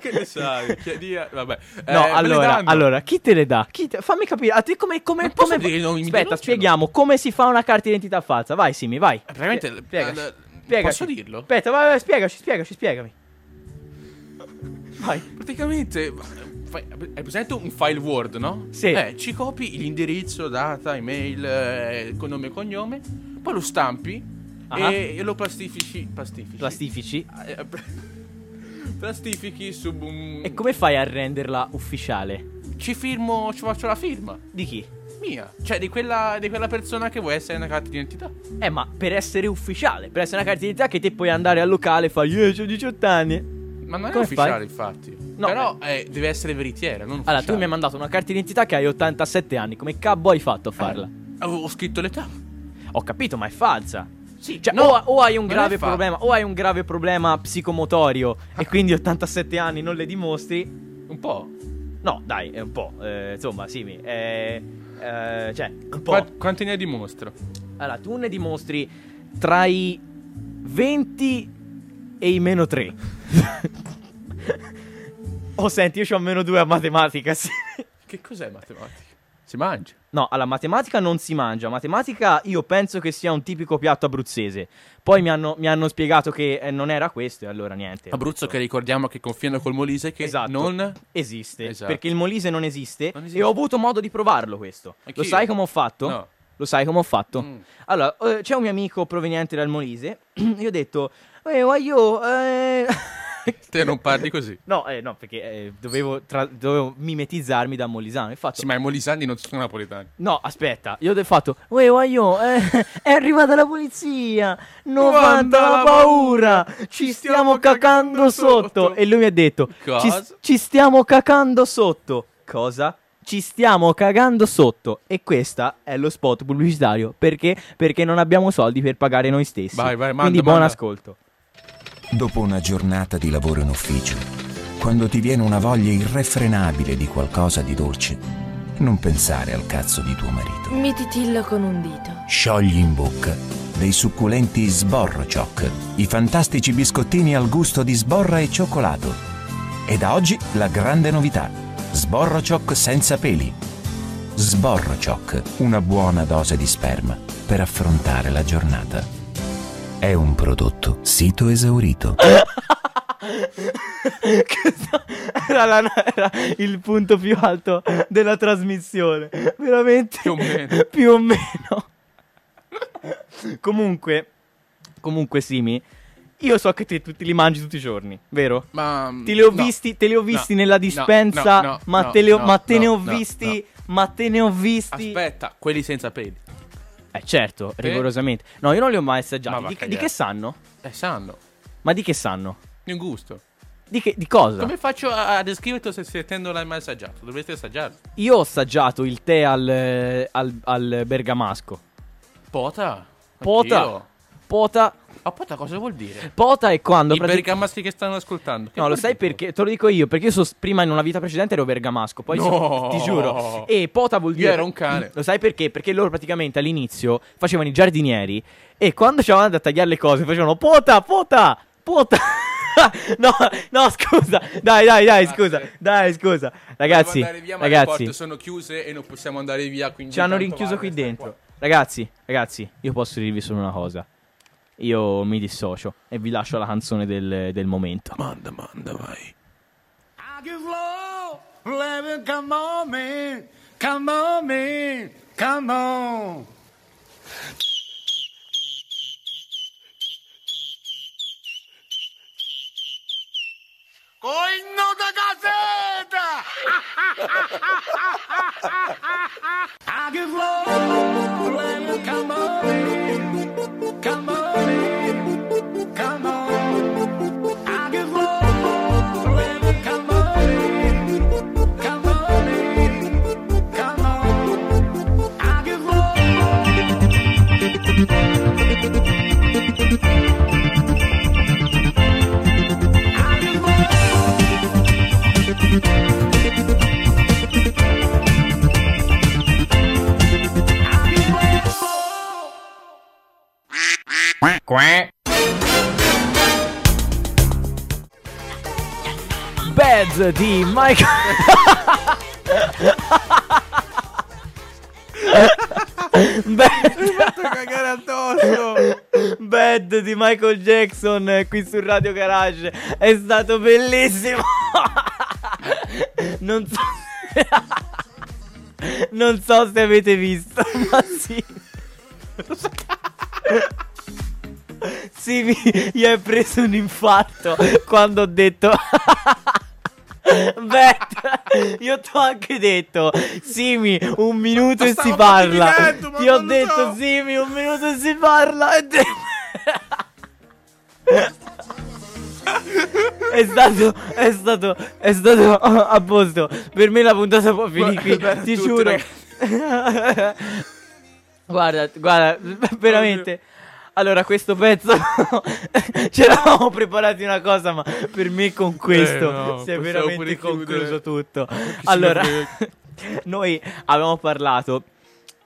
[SPEAKER 2] Che ne sai? Chiedi a- Vabbè. Eh,
[SPEAKER 3] No,
[SPEAKER 2] me le
[SPEAKER 3] allora,
[SPEAKER 2] danno.
[SPEAKER 3] allora, chi te le dà? Chi te- Fammi capire, a te come... come,
[SPEAKER 2] Non posso
[SPEAKER 3] come-
[SPEAKER 2] dire che non mi
[SPEAKER 3] Aspetta,
[SPEAKER 2] denunciano.
[SPEAKER 3] spieghiamo come si fa una carta d'identità falsa. Vai, Simi, vai.
[SPEAKER 2] Eh, veramente,
[SPEAKER 3] Spie- Spiegaci.
[SPEAKER 2] eh,
[SPEAKER 3] spiegaci.
[SPEAKER 2] posso dirlo?
[SPEAKER 3] Aspetta, vai, vai, spiegaci, spiegaci, spiegami. Vai.
[SPEAKER 2] Praticamente. fai- Hai presente un file Word, no?
[SPEAKER 3] Sì.
[SPEAKER 2] Eh, ci copi l'indirizzo, data, email, eh, con nome e cognome, poi lo stampi
[SPEAKER 3] Ah.
[SPEAKER 2] e, e lo plastifici. Plastifici.
[SPEAKER 3] Plastifici.
[SPEAKER 2] Eh, pl- plastifichi su un.
[SPEAKER 3] E come fai a renderla ufficiale?
[SPEAKER 2] Ci firmo, ci faccio la firma.
[SPEAKER 3] Di chi?
[SPEAKER 2] Mia. Cioè, di quella, di quella persona che vuoi essere una carta d'identità.
[SPEAKER 3] Eh, ma per essere ufficiale, per essere una carta d'identità che te puoi andare al locale e fai, io ho 18 anni.
[SPEAKER 2] Ma non
[SPEAKER 3] Come
[SPEAKER 2] è ufficiale, infatti.
[SPEAKER 3] No,
[SPEAKER 2] Però eh, deve essere veritiera. Non
[SPEAKER 3] Allora, tu
[SPEAKER 2] ufficiale.
[SPEAKER 3] mi hai mandato una carta d'identità che hai 87 anni, come cavolo hai
[SPEAKER 2] Eh.
[SPEAKER 3] fatto a farla?
[SPEAKER 2] Avevo scritto l'età.
[SPEAKER 3] Ho capito, ma è falsa.
[SPEAKER 2] Sì,
[SPEAKER 3] Cioè,
[SPEAKER 2] no,
[SPEAKER 3] o, o hai un
[SPEAKER 2] non
[SPEAKER 3] grave
[SPEAKER 2] è fa- Ah.
[SPEAKER 3] problema, o hai un grave problema psicomotorio e quindi 87 anni non le dimostri.
[SPEAKER 2] Un po'.
[SPEAKER 3] No, dai, è un po'. eh, insomma, Simi, eh, eh, cioè, un po'.
[SPEAKER 2] Qua- quanti ne dimostro?
[SPEAKER 3] Allora, tu ne dimostri tra i 20 e i meno 3. oh, senti, io ho meno 2 a matematica. sì.
[SPEAKER 2] Che cos'è matematica? Si mangia.
[SPEAKER 3] No, alla matematica non si mangia. Matematica io penso che sia un tipico piatto abruzzese. Poi mi hanno, mi hanno spiegato che eh, non era questo e allora niente.
[SPEAKER 2] Abruzzo che ricordiamo che confina col Molise che
[SPEAKER 3] Esatto.
[SPEAKER 2] non...
[SPEAKER 3] esiste.
[SPEAKER 2] Esatto.
[SPEAKER 3] Perché il Molise non esiste,
[SPEAKER 2] Non
[SPEAKER 3] e
[SPEAKER 2] esiste.
[SPEAKER 3] ho avuto modo di provarlo questo.
[SPEAKER 2] Anch'io.
[SPEAKER 3] Lo sai come ho fatto?
[SPEAKER 2] No.
[SPEAKER 3] Lo sai come ho fatto?
[SPEAKER 2] Mm.
[SPEAKER 3] Allora, eh, c'è un mio amico proveniente dal Molise. Io ho detto, eh, voglio. eh."
[SPEAKER 2] Te non parli così.
[SPEAKER 3] no, eh, no, perché eh, dovevo, tra- dovevo mimetizzarmi da Molisano. Infatti,
[SPEAKER 2] Sì, ma i molisani non sono napoletani.
[SPEAKER 3] No, aspetta, io ho fatto, uè, voglio, eh, è arrivata la polizia, non
[SPEAKER 2] Guarda
[SPEAKER 3] fatta
[SPEAKER 2] la
[SPEAKER 3] paura, ci
[SPEAKER 2] stiamo
[SPEAKER 3] stiamo cacando
[SPEAKER 2] cacando
[SPEAKER 3] sotto.
[SPEAKER 2] sotto.
[SPEAKER 3] E lui mi ha detto, ci,
[SPEAKER 2] Cosa?
[SPEAKER 3] ci stiamo cacando sotto. Cosa? Ci stiamo cagando sotto. E questo è lo spot pubblicitario. Perché? Perché non abbiamo soldi per pagare noi stessi.
[SPEAKER 2] Vai, vai, manda,
[SPEAKER 3] Quindi buon
[SPEAKER 2] manda.
[SPEAKER 3] ascolto.
[SPEAKER 9] Dopo una giornata di lavoro in ufficio, quando ti viene una voglia irrefrenabile di qualcosa di dolce, non pensare al cazzo di tuo marito.
[SPEAKER 10] Mi titillo con un dito.
[SPEAKER 9] Sciogli in bocca dei succulenti Sborrocioc, i fantastici biscottini al gusto di sborra e cioccolato. E da oggi la grande novità, Sborrocioc senza peli. Sborrocioc, una buona dose di sperma per affrontare la giornata. È un prodotto sito esaurito.
[SPEAKER 3] Questo era, la- era il punto più alto della trasmissione. Veramente.
[SPEAKER 2] Più o meno.
[SPEAKER 3] più o meno. comunque, comunque, Simi, io so che te tutti li mangi tutti i giorni, vero?
[SPEAKER 2] Ma... mm,
[SPEAKER 3] Te li ho
[SPEAKER 2] no.
[SPEAKER 3] visti, te li ho visti
[SPEAKER 2] No,
[SPEAKER 3] nella
[SPEAKER 2] no,
[SPEAKER 3] dispensa,
[SPEAKER 2] no, no,
[SPEAKER 3] ma,
[SPEAKER 2] no,
[SPEAKER 3] te le ho-
[SPEAKER 2] no,
[SPEAKER 3] ma te ne
[SPEAKER 2] no,
[SPEAKER 3] ho
[SPEAKER 2] no,
[SPEAKER 3] visti,
[SPEAKER 2] no.
[SPEAKER 3] ma te ne ho visti.
[SPEAKER 2] Aspetta, quelli senza peli.
[SPEAKER 3] Eh certo, rigorosamente. No, io non li ho mai assaggiati.
[SPEAKER 2] Ma va
[SPEAKER 3] Di,
[SPEAKER 2] a
[SPEAKER 3] che- di
[SPEAKER 2] cagare.
[SPEAKER 3] che sanno?
[SPEAKER 2] Eh, sanno.
[SPEAKER 3] Ma di che sanno?
[SPEAKER 2] Il gusto.
[SPEAKER 3] Di, che- di cosa?
[SPEAKER 2] Come faccio a, a descriverlo se, se te non l'hai mai assaggiato? Dovresti assaggiarlo.
[SPEAKER 3] Io ho assaggiato il tè al, eh, al- al bergamasco.
[SPEAKER 2] Pota.
[SPEAKER 3] Pota.
[SPEAKER 2] Anch'io.
[SPEAKER 3] Pota.
[SPEAKER 2] Ma pota cosa vuol dire?
[SPEAKER 3] Pota è quando.
[SPEAKER 2] I
[SPEAKER 3] pratic-
[SPEAKER 2] bergamaschi che stanno ascoltando. Che
[SPEAKER 3] No, lo
[SPEAKER 2] vuol
[SPEAKER 3] sai
[SPEAKER 2] dire?
[SPEAKER 3] perché? Te lo dico io, perché io so- prima in una vita precedente ero bergamasco, poi sono-
[SPEAKER 2] No!
[SPEAKER 3] ti giuro. E pota vuol
[SPEAKER 2] Io
[SPEAKER 3] dire
[SPEAKER 2] ero un cane.
[SPEAKER 3] Lo sai perché? Perché loro praticamente all'inizio facevano i giardinieri e quando ci andati a tagliare le cose facevano pota, pota, pota. no, no, scusa. Dai, dai, dai, scusa.
[SPEAKER 2] Grazie.
[SPEAKER 3] dai, scusa.
[SPEAKER 2] Ah, Volevo
[SPEAKER 3] Ragazzi,
[SPEAKER 2] andare via, ma le
[SPEAKER 3] ragazzi,
[SPEAKER 2] porte sono chiuse e non possiamo andare via. Quindi
[SPEAKER 3] ci hanno
[SPEAKER 2] tanto
[SPEAKER 3] rinchiuso
[SPEAKER 2] vale
[SPEAKER 3] qui
[SPEAKER 2] restare
[SPEAKER 3] dentro.
[SPEAKER 2] qua.
[SPEAKER 3] Ragazzi, ragazzi, io posso dirvi solo una cosa. Io mi dissocio e vi lascio la canzone del, del momento.
[SPEAKER 2] Manda, manda, vai.
[SPEAKER 7] I give love, let me come on me, come on me, come on. Coino da caseta! I give love, let me come on me, come on me,
[SPEAKER 3] Bad di Michael. Bad. Bad di Michael Jackson eh, qui su Radio Garage è stato bellissimo. Non so. Non so se avete visto, ma sì. Sì, mi, gli è preso un infarto quando ho detto. Beh, io t'ho anche detto, Simi, un minuto e si parla. Ti ho detto, Simi, un minuto e si parla. E te- È stato, è stato, è stato a posto. Per me la puntata può finire qui,
[SPEAKER 2] Guarda,
[SPEAKER 3] ti
[SPEAKER 2] tutti,
[SPEAKER 3] giuro. Guarda, guarda, veramente. Allora, questo pezzo c'eravamo preparati una cosa, ma per me con questo
[SPEAKER 2] Eh, no,
[SPEAKER 3] si è
[SPEAKER 2] possiamo
[SPEAKER 3] veramente
[SPEAKER 2] pure
[SPEAKER 3] concluso
[SPEAKER 2] chiudere.
[SPEAKER 3] tutto.
[SPEAKER 2] Chi se
[SPEAKER 3] Allora,
[SPEAKER 2] ne
[SPEAKER 3] noi avevamo parlato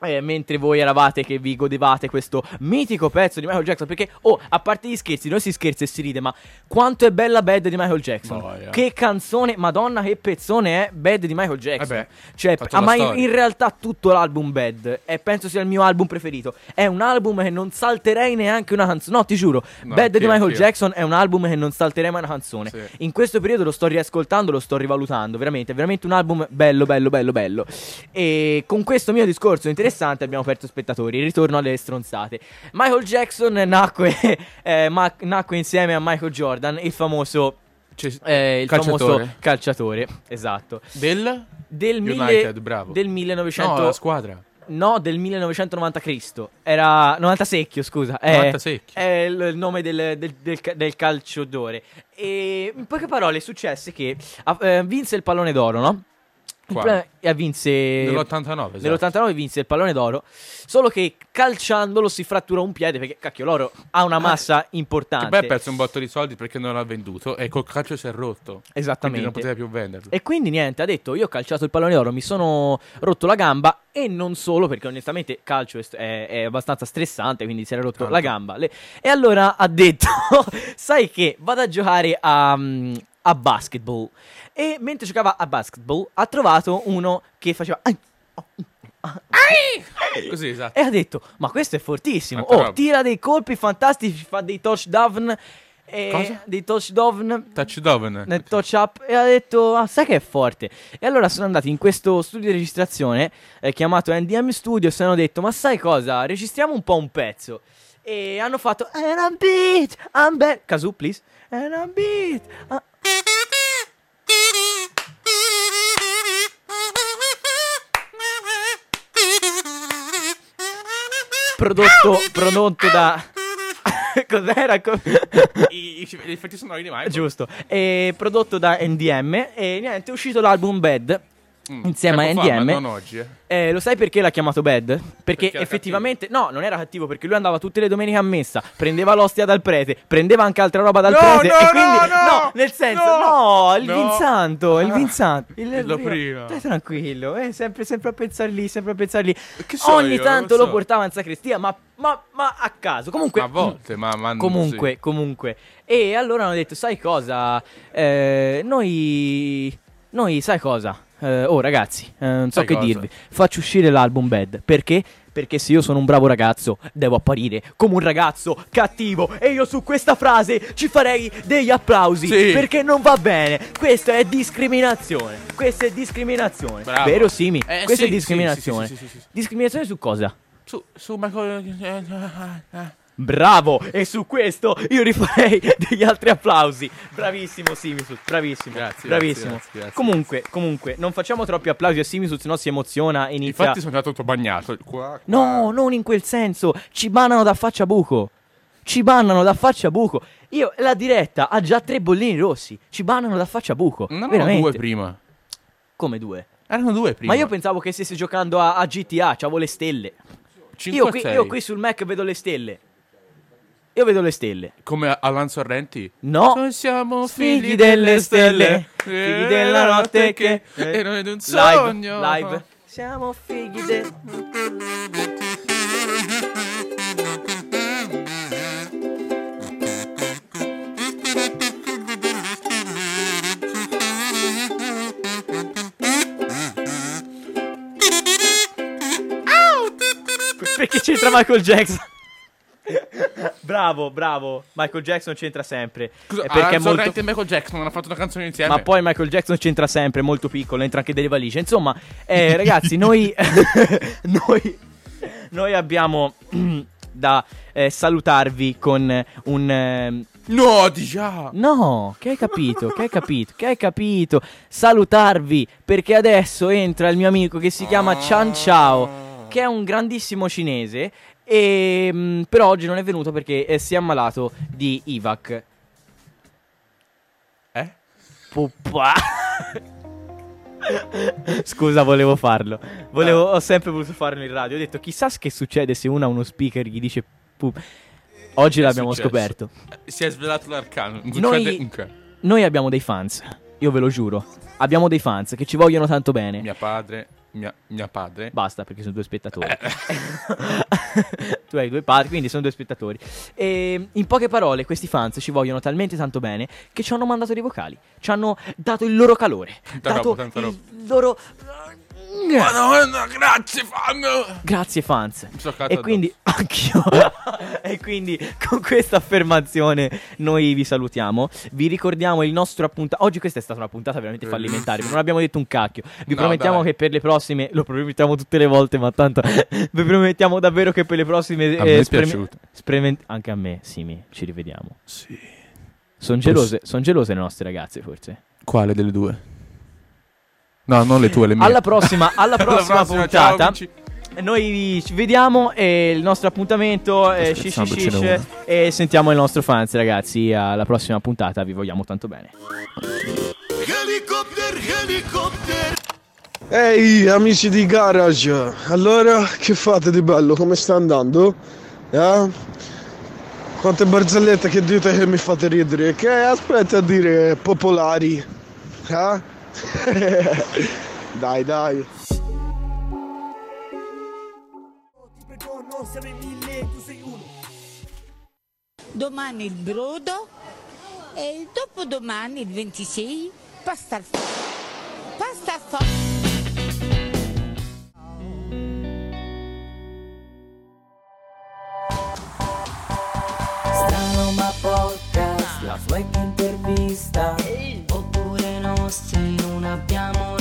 [SPEAKER 3] eh, mentre voi eravate che vi godevate questo mitico pezzo di Michael Jackson, perché, oh, a parte gli scherzi, noi si scherza e si ride, ma quanto è bella Bad di Michael Jackson?
[SPEAKER 2] Boia.
[SPEAKER 3] Che canzone, madonna, che pezzone è Bad di Michael Jackson?
[SPEAKER 2] Vabbè,
[SPEAKER 3] cioè,
[SPEAKER 2] ha fatto
[SPEAKER 3] ah,
[SPEAKER 2] la
[SPEAKER 3] ma in,
[SPEAKER 2] storia.
[SPEAKER 3] in realtà tutto l'album Bad, e penso sia il mio album preferito, è un album che non salterei neanche una canzone, no, ti giuro,
[SPEAKER 2] No,
[SPEAKER 3] Bad di
[SPEAKER 2] anch'io,
[SPEAKER 3] Michael
[SPEAKER 2] anch'io.
[SPEAKER 3] Jackson è un album che non salterei mai una canzone.
[SPEAKER 2] Sì.
[SPEAKER 3] In questo periodo lo sto riascoltando, lo sto rivalutando, veramente, è veramente un album bello, bello, bello, bello. E con questo mio discorso interessante abbiamo aperto spettatori, ritorno alle stronzate. Michael Jackson nacque, eh, ma- nacque insieme a Michael Jordan, il famoso...
[SPEAKER 2] C'è-
[SPEAKER 3] eh, il famoso
[SPEAKER 2] Cioè, calciatore.
[SPEAKER 3] calciatore, esatto.
[SPEAKER 2] Del?
[SPEAKER 3] Del,
[SPEAKER 2] United,
[SPEAKER 3] mille-
[SPEAKER 2] bravo.
[SPEAKER 3] del 1900...
[SPEAKER 2] No, la squadra.
[SPEAKER 3] No, del 1990 Cristo. Era 90 secchio, scusa. È,
[SPEAKER 2] 90 secchio.
[SPEAKER 3] È il il nome del, del, del, ca- del calcio d'ore. E in poche parole successe che ah, eh, vinse il pallone d'oro, no? Il
[SPEAKER 2] Quando?
[SPEAKER 3] pre- eh, vinse
[SPEAKER 2] Nell'89, esatto.
[SPEAKER 3] nell'89 vinse il pallone d'oro. Solo che calciandolo si frattura un piede perché cacchio l'oro ha una massa importante.
[SPEAKER 2] Ah, Che poi ha perso un botto di soldi perché non l'ha venduto e col calcio si è rotto. Quindi
[SPEAKER 3] Esattamente.
[SPEAKER 2] non poteva più venderlo.
[SPEAKER 3] E quindi niente, ha detto io ho calciato il pallone d'oro, mi sono rotto la gamba e non solo perché onestamente calcio è, è- è abbastanza stressante, quindi si era rotto
[SPEAKER 2] Tanto.
[SPEAKER 3] la gamba. Le- E allora ha detto, sai che vado a giocare a, mm, a basketball. E mentre giocava a basketball ha trovato uno che faceva... "Ai, oh, mm, ah,
[SPEAKER 2] Così, esatto.
[SPEAKER 3] e ha detto: Ma questo è fortissimo!
[SPEAKER 2] Tanta
[SPEAKER 3] Oh,
[SPEAKER 2] roba.
[SPEAKER 3] tira dei colpi fantastici, fa dei touchdown. eh,
[SPEAKER 2] Cosa?
[SPEAKER 3] dei touchdown
[SPEAKER 2] Touchdown.
[SPEAKER 3] nel touch up e ha detto ah sai che è forte e allora sono andati in questo studio di registrazione eh, chiamato NDM Studio e si hanno detto ma sai cosa registriamo un po' un pezzo e hanno fatto and I'm beat I'm back Kazoo please and I'm beat Ah. prodotto prodotto da cos'era Co-
[SPEAKER 2] I- i- Gli effetti sonori di Michael.
[SPEAKER 3] Giusto, e prodotto da NDM e niente, è uscito l'album Bad
[SPEAKER 2] Mm,
[SPEAKER 3] insieme a
[SPEAKER 2] tempo fa,
[SPEAKER 3] NDM.
[SPEAKER 2] ma non oggi. eh.
[SPEAKER 3] Eh, lo sai perché l'ha chiamato Bad? Perché,
[SPEAKER 2] Perché era
[SPEAKER 3] effettivamente, no, non era cattivo perché lui andava tutte le domeniche a messa, prendeva l'ostia dal prete, prendeva anche altra roba dal
[SPEAKER 2] No,
[SPEAKER 3] prete.
[SPEAKER 2] no,
[SPEAKER 3] e quindi,
[SPEAKER 2] no, no,
[SPEAKER 3] nel senso, no,
[SPEAKER 2] no,
[SPEAKER 3] il
[SPEAKER 2] no. Ah,
[SPEAKER 3] Vinsanto, il Vinsanto. Il,
[SPEAKER 2] Dillo prima.
[SPEAKER 3] Stai tranquillo, eh, sempre, sempre a pensare lì, sempre a pensare lì.
[SPEAKER 2] Che so
[SPEAKER 3] Ogni
[SPEAKER 2] io,
[SPEAKER 3] tanto lo
[SPEAKER 2] non so.
[SPEAKER 3] portava in sacrestia, ma, ma, ma a caso. Comunque,
[SPEAKER 2] a volte, ma, ma
[SPEAKER 3] Comunque,
[SPEAKER 2] sì.
[SPEAKER 3] comunque. E allora hanno detto, sai cosa? Eh, noi... Noi, sai cosa? Eh, oh ragazzi, eh, non so
[SPEAKER 2] Sai
[SPEAKER 3] che
[SPEAKER 2] cosa?
[SPEAKER 3] dirvi. Faccio uscire l'album Bad. Perché? Perché se io sono un bravo ragazzo, devo apparire come un ragazzo cattivo. E io su questa frase ci farei degli applausi.
[SPEAKER 2] Sì.
[SPEAKER 3] Perché non va bene. Questa è discriminazione. Questa è discriminazione.
[SPEAKER 2] Bravo.
[SPEAKER 3] Vero Simi?
[SPEAKER 2] Eh,
[SPEAKER 3] Questa
[SPEAKER 2] sì,
[SPEAKER 3] è
[SPEAKER 2] sì,
[SPEAKER 3] discriminazione.
[SPEAKER 2] sì, sì, sì, sì, sì.
[SPEAKER 3] Discriminazione su cosa?
[SPEAKER 2] Su, su Michael.
[SPEAKER 3] Bravo! E su questo io rifarei degli altri applausi. Bravissimo Simisut, bravissimo.
[SPEAKER 2] Grazie,
[SPEAKER 3] bravissimo.
[SPEAKER 2] grazie, grazie, grazie.
[SPEAKER 3] comunque, comunque, non facciamo troppi applausi a Simisut, sennò si emoziona e inizia.
[SPEAKER 2] Infatti, sono andato tutto bagnato. Qua, qua.
[SPEAKER 3] No, non in quel senso. Ci bannano da faccia a buco. Ci bannano da faccia a buco. Io, la diretta ha già tre bollini rossi. Ci bannano da faccia a buco.
[SPEAKER 2] Non erano
[SPEAKER 3] Veramente.
[SPEAKER 2] due prima.
[SPEAKER 3] Come due?
[SPEAKER 2] Erano due prima.
[SPEAKER 3] Ma io pensavo che stessi giocando a, a GTA, c'avevo le stelle.
[SPEAKER 2] Cinque
[SPEAKER 3] Io
[SPEAKER 2] o
[SPEAKER 3] qui,
[SPEAKER 2] sei.
[SPEAKER 3] io qui sul Mac vedo le stelle. Io vedo le stelle.
[SPEAKER 2] Come Alan Sorrenti?
[SPEAKER 3] No.
[SPEAKER 2] Noi siamo
[SPEAKER 3] Figli
[SPEAKER 2] figli,
[SPEAKER 3] delle
[SPEAKER 2] delle
[SPEAKER 3] stelle,
[SPEAKER 2] stelle,
[SPEAKER 3] figli della notte che-
[SPEAKER 2] E noi di un
[SPEAKER 3] Live,
[SPEAKER 2] sogno.
[SPEAKER 3] live. Siamo figli del. Michael Jackson. bravo, bravo. Michael Jackson c'entra sempre.
[SPEAKER 2] Scusa, ah,
[SPEAKER 3] È
[SPEAKER 2] perché
[SPEAKER 3] perché è molto-
[SPEAKER 2] e Michael Jackson hanno fatto una canzone insieme.
[SPEAKER 3] Ma poi Michael Jackson c'entra sempre, è molto piccolo, entra anche delle valigie. Insomma, eh, ragazzi, noi, noi, noi abbiamo da eh, salutarvi con un... ehm,
[SPEAKER 2] No, di già!
[SPEAKER 3] diciamo. No, che hai capito, che hai capito, che hai capito. Salutarvi perché adesso entra il mio amico che si chiama Chan Chao, che è un grandissimo cinese. E, mm, però oggi non è venuto perché eh, si è ammalato di IVAC.
[SPEAKER 2] Eh?
[SPEAKER 3] Puppa. Scusa, volevo farlo. Volevo-
[SPEAKER 2] Ah.
[SPEAKER 3] ho sempre voluto farlo in radio. Ho detto, chissà che succede se uno a uno speaker gli dice. pup- Oggi
[SPEAKER 2] Che è
[SPEAKER 3] l'abbiamo
[SPEAKER 2] successo?
[SPEAKER 3] scoperto.
[SPEAKER 2] Eh, Si è svelato l'arcano. Non
[SPEAKER 3] Noi-
[SPEAKER 2] succede un
[SPEAKER 3] Noi abbiamo dei fans, io ve lo giuro. Abbiamo dei fans che ci vogliono tanto bene.
[SPEAKER 2] Mia padre, mia, mia padre.
[SPEAKER 3] Basta perché sono due spettatori. tu hai due padri, quindi sono due spettatori. E in poche parole, questi fans ci vogliono talmente tanto bene che ci hanno mandato dei vocali. Ci hanno dato il loro calore.
[SPEAKER 2] roba,
[SPEAKER 3] dato
[SPEAKER 2] tanta
[SPEAKER 3] il
[SPEAKER 2] roba.
[SPEAKER 3] loro.
[SPEAKER 2] Madonna, grazie, fanno!
[SPEAKER 3] Grazie, fans.
[SPEAKER 2] Mi sono
[SPEAKER 3] E
[SPEAKER 2] cagato
[SPEAKER 3] quindi, anch'io. e quindi, con questa affermazione, noi vi salutiamo. Vi ricordiamo il nostro appuntamento. Oggi questa è stata una puntata veramente fallimentare. perché Non abbiamo detto un cacchio. Vi
[SPEAKER 2] No,
[SPEAKER 3] promettiamo
[SPEAKER 2] dai.
[SPEAKER 3] che per le prossime. Lo promettiamo tutte le volte, ma tanto. vi promettiamo davvero che per le prossime. eh,
[SPEAKER 4] A me è
[SPEAKER 3] spreme-
[SPEAKER 4] piaciuto.
[SPEAKER 3] spremen- anche a me, Simi. Ci rivediamo.
[SPEAKER 2] Sì.
[SPEAKER 3] Sono gelose, son gelose le nostre ragazze, forse.
[SPEAKER 4] Quale delle due? No, non le tue, le mie.
[SPEAKER 3] Alla prossima, alla prossima,
[SPEAKER 2] ciao,
[SPEAKER 3] puntata.
[SPEAKER 2] amici.
[SPEAKER 3] Noi ci vediamo e il nostro appuntamento è shish
[SPEAKER 4] scherzando, ce n'è
[SPEAKER 3] shish e sentiamo il nostro fans ragazzi alla prossima puntata vi vogliamo tanto bene.
[SPEAKER 8] Ehi, amici di Garage, allora che fate di bello? Come sta andando? Eh? Quante barzellette che dite che mi fate ridere? Che aspetta a dire popolari? Eh? dai, dai.
[SPEAKER 11] domani il brodo e dopodomani il 26 pasta al forno. Pasta al forno.
[SPEAKER 1] Stranoma Ah. podcast, la fake intervista Oppure no eh, esatto. se non abbiamo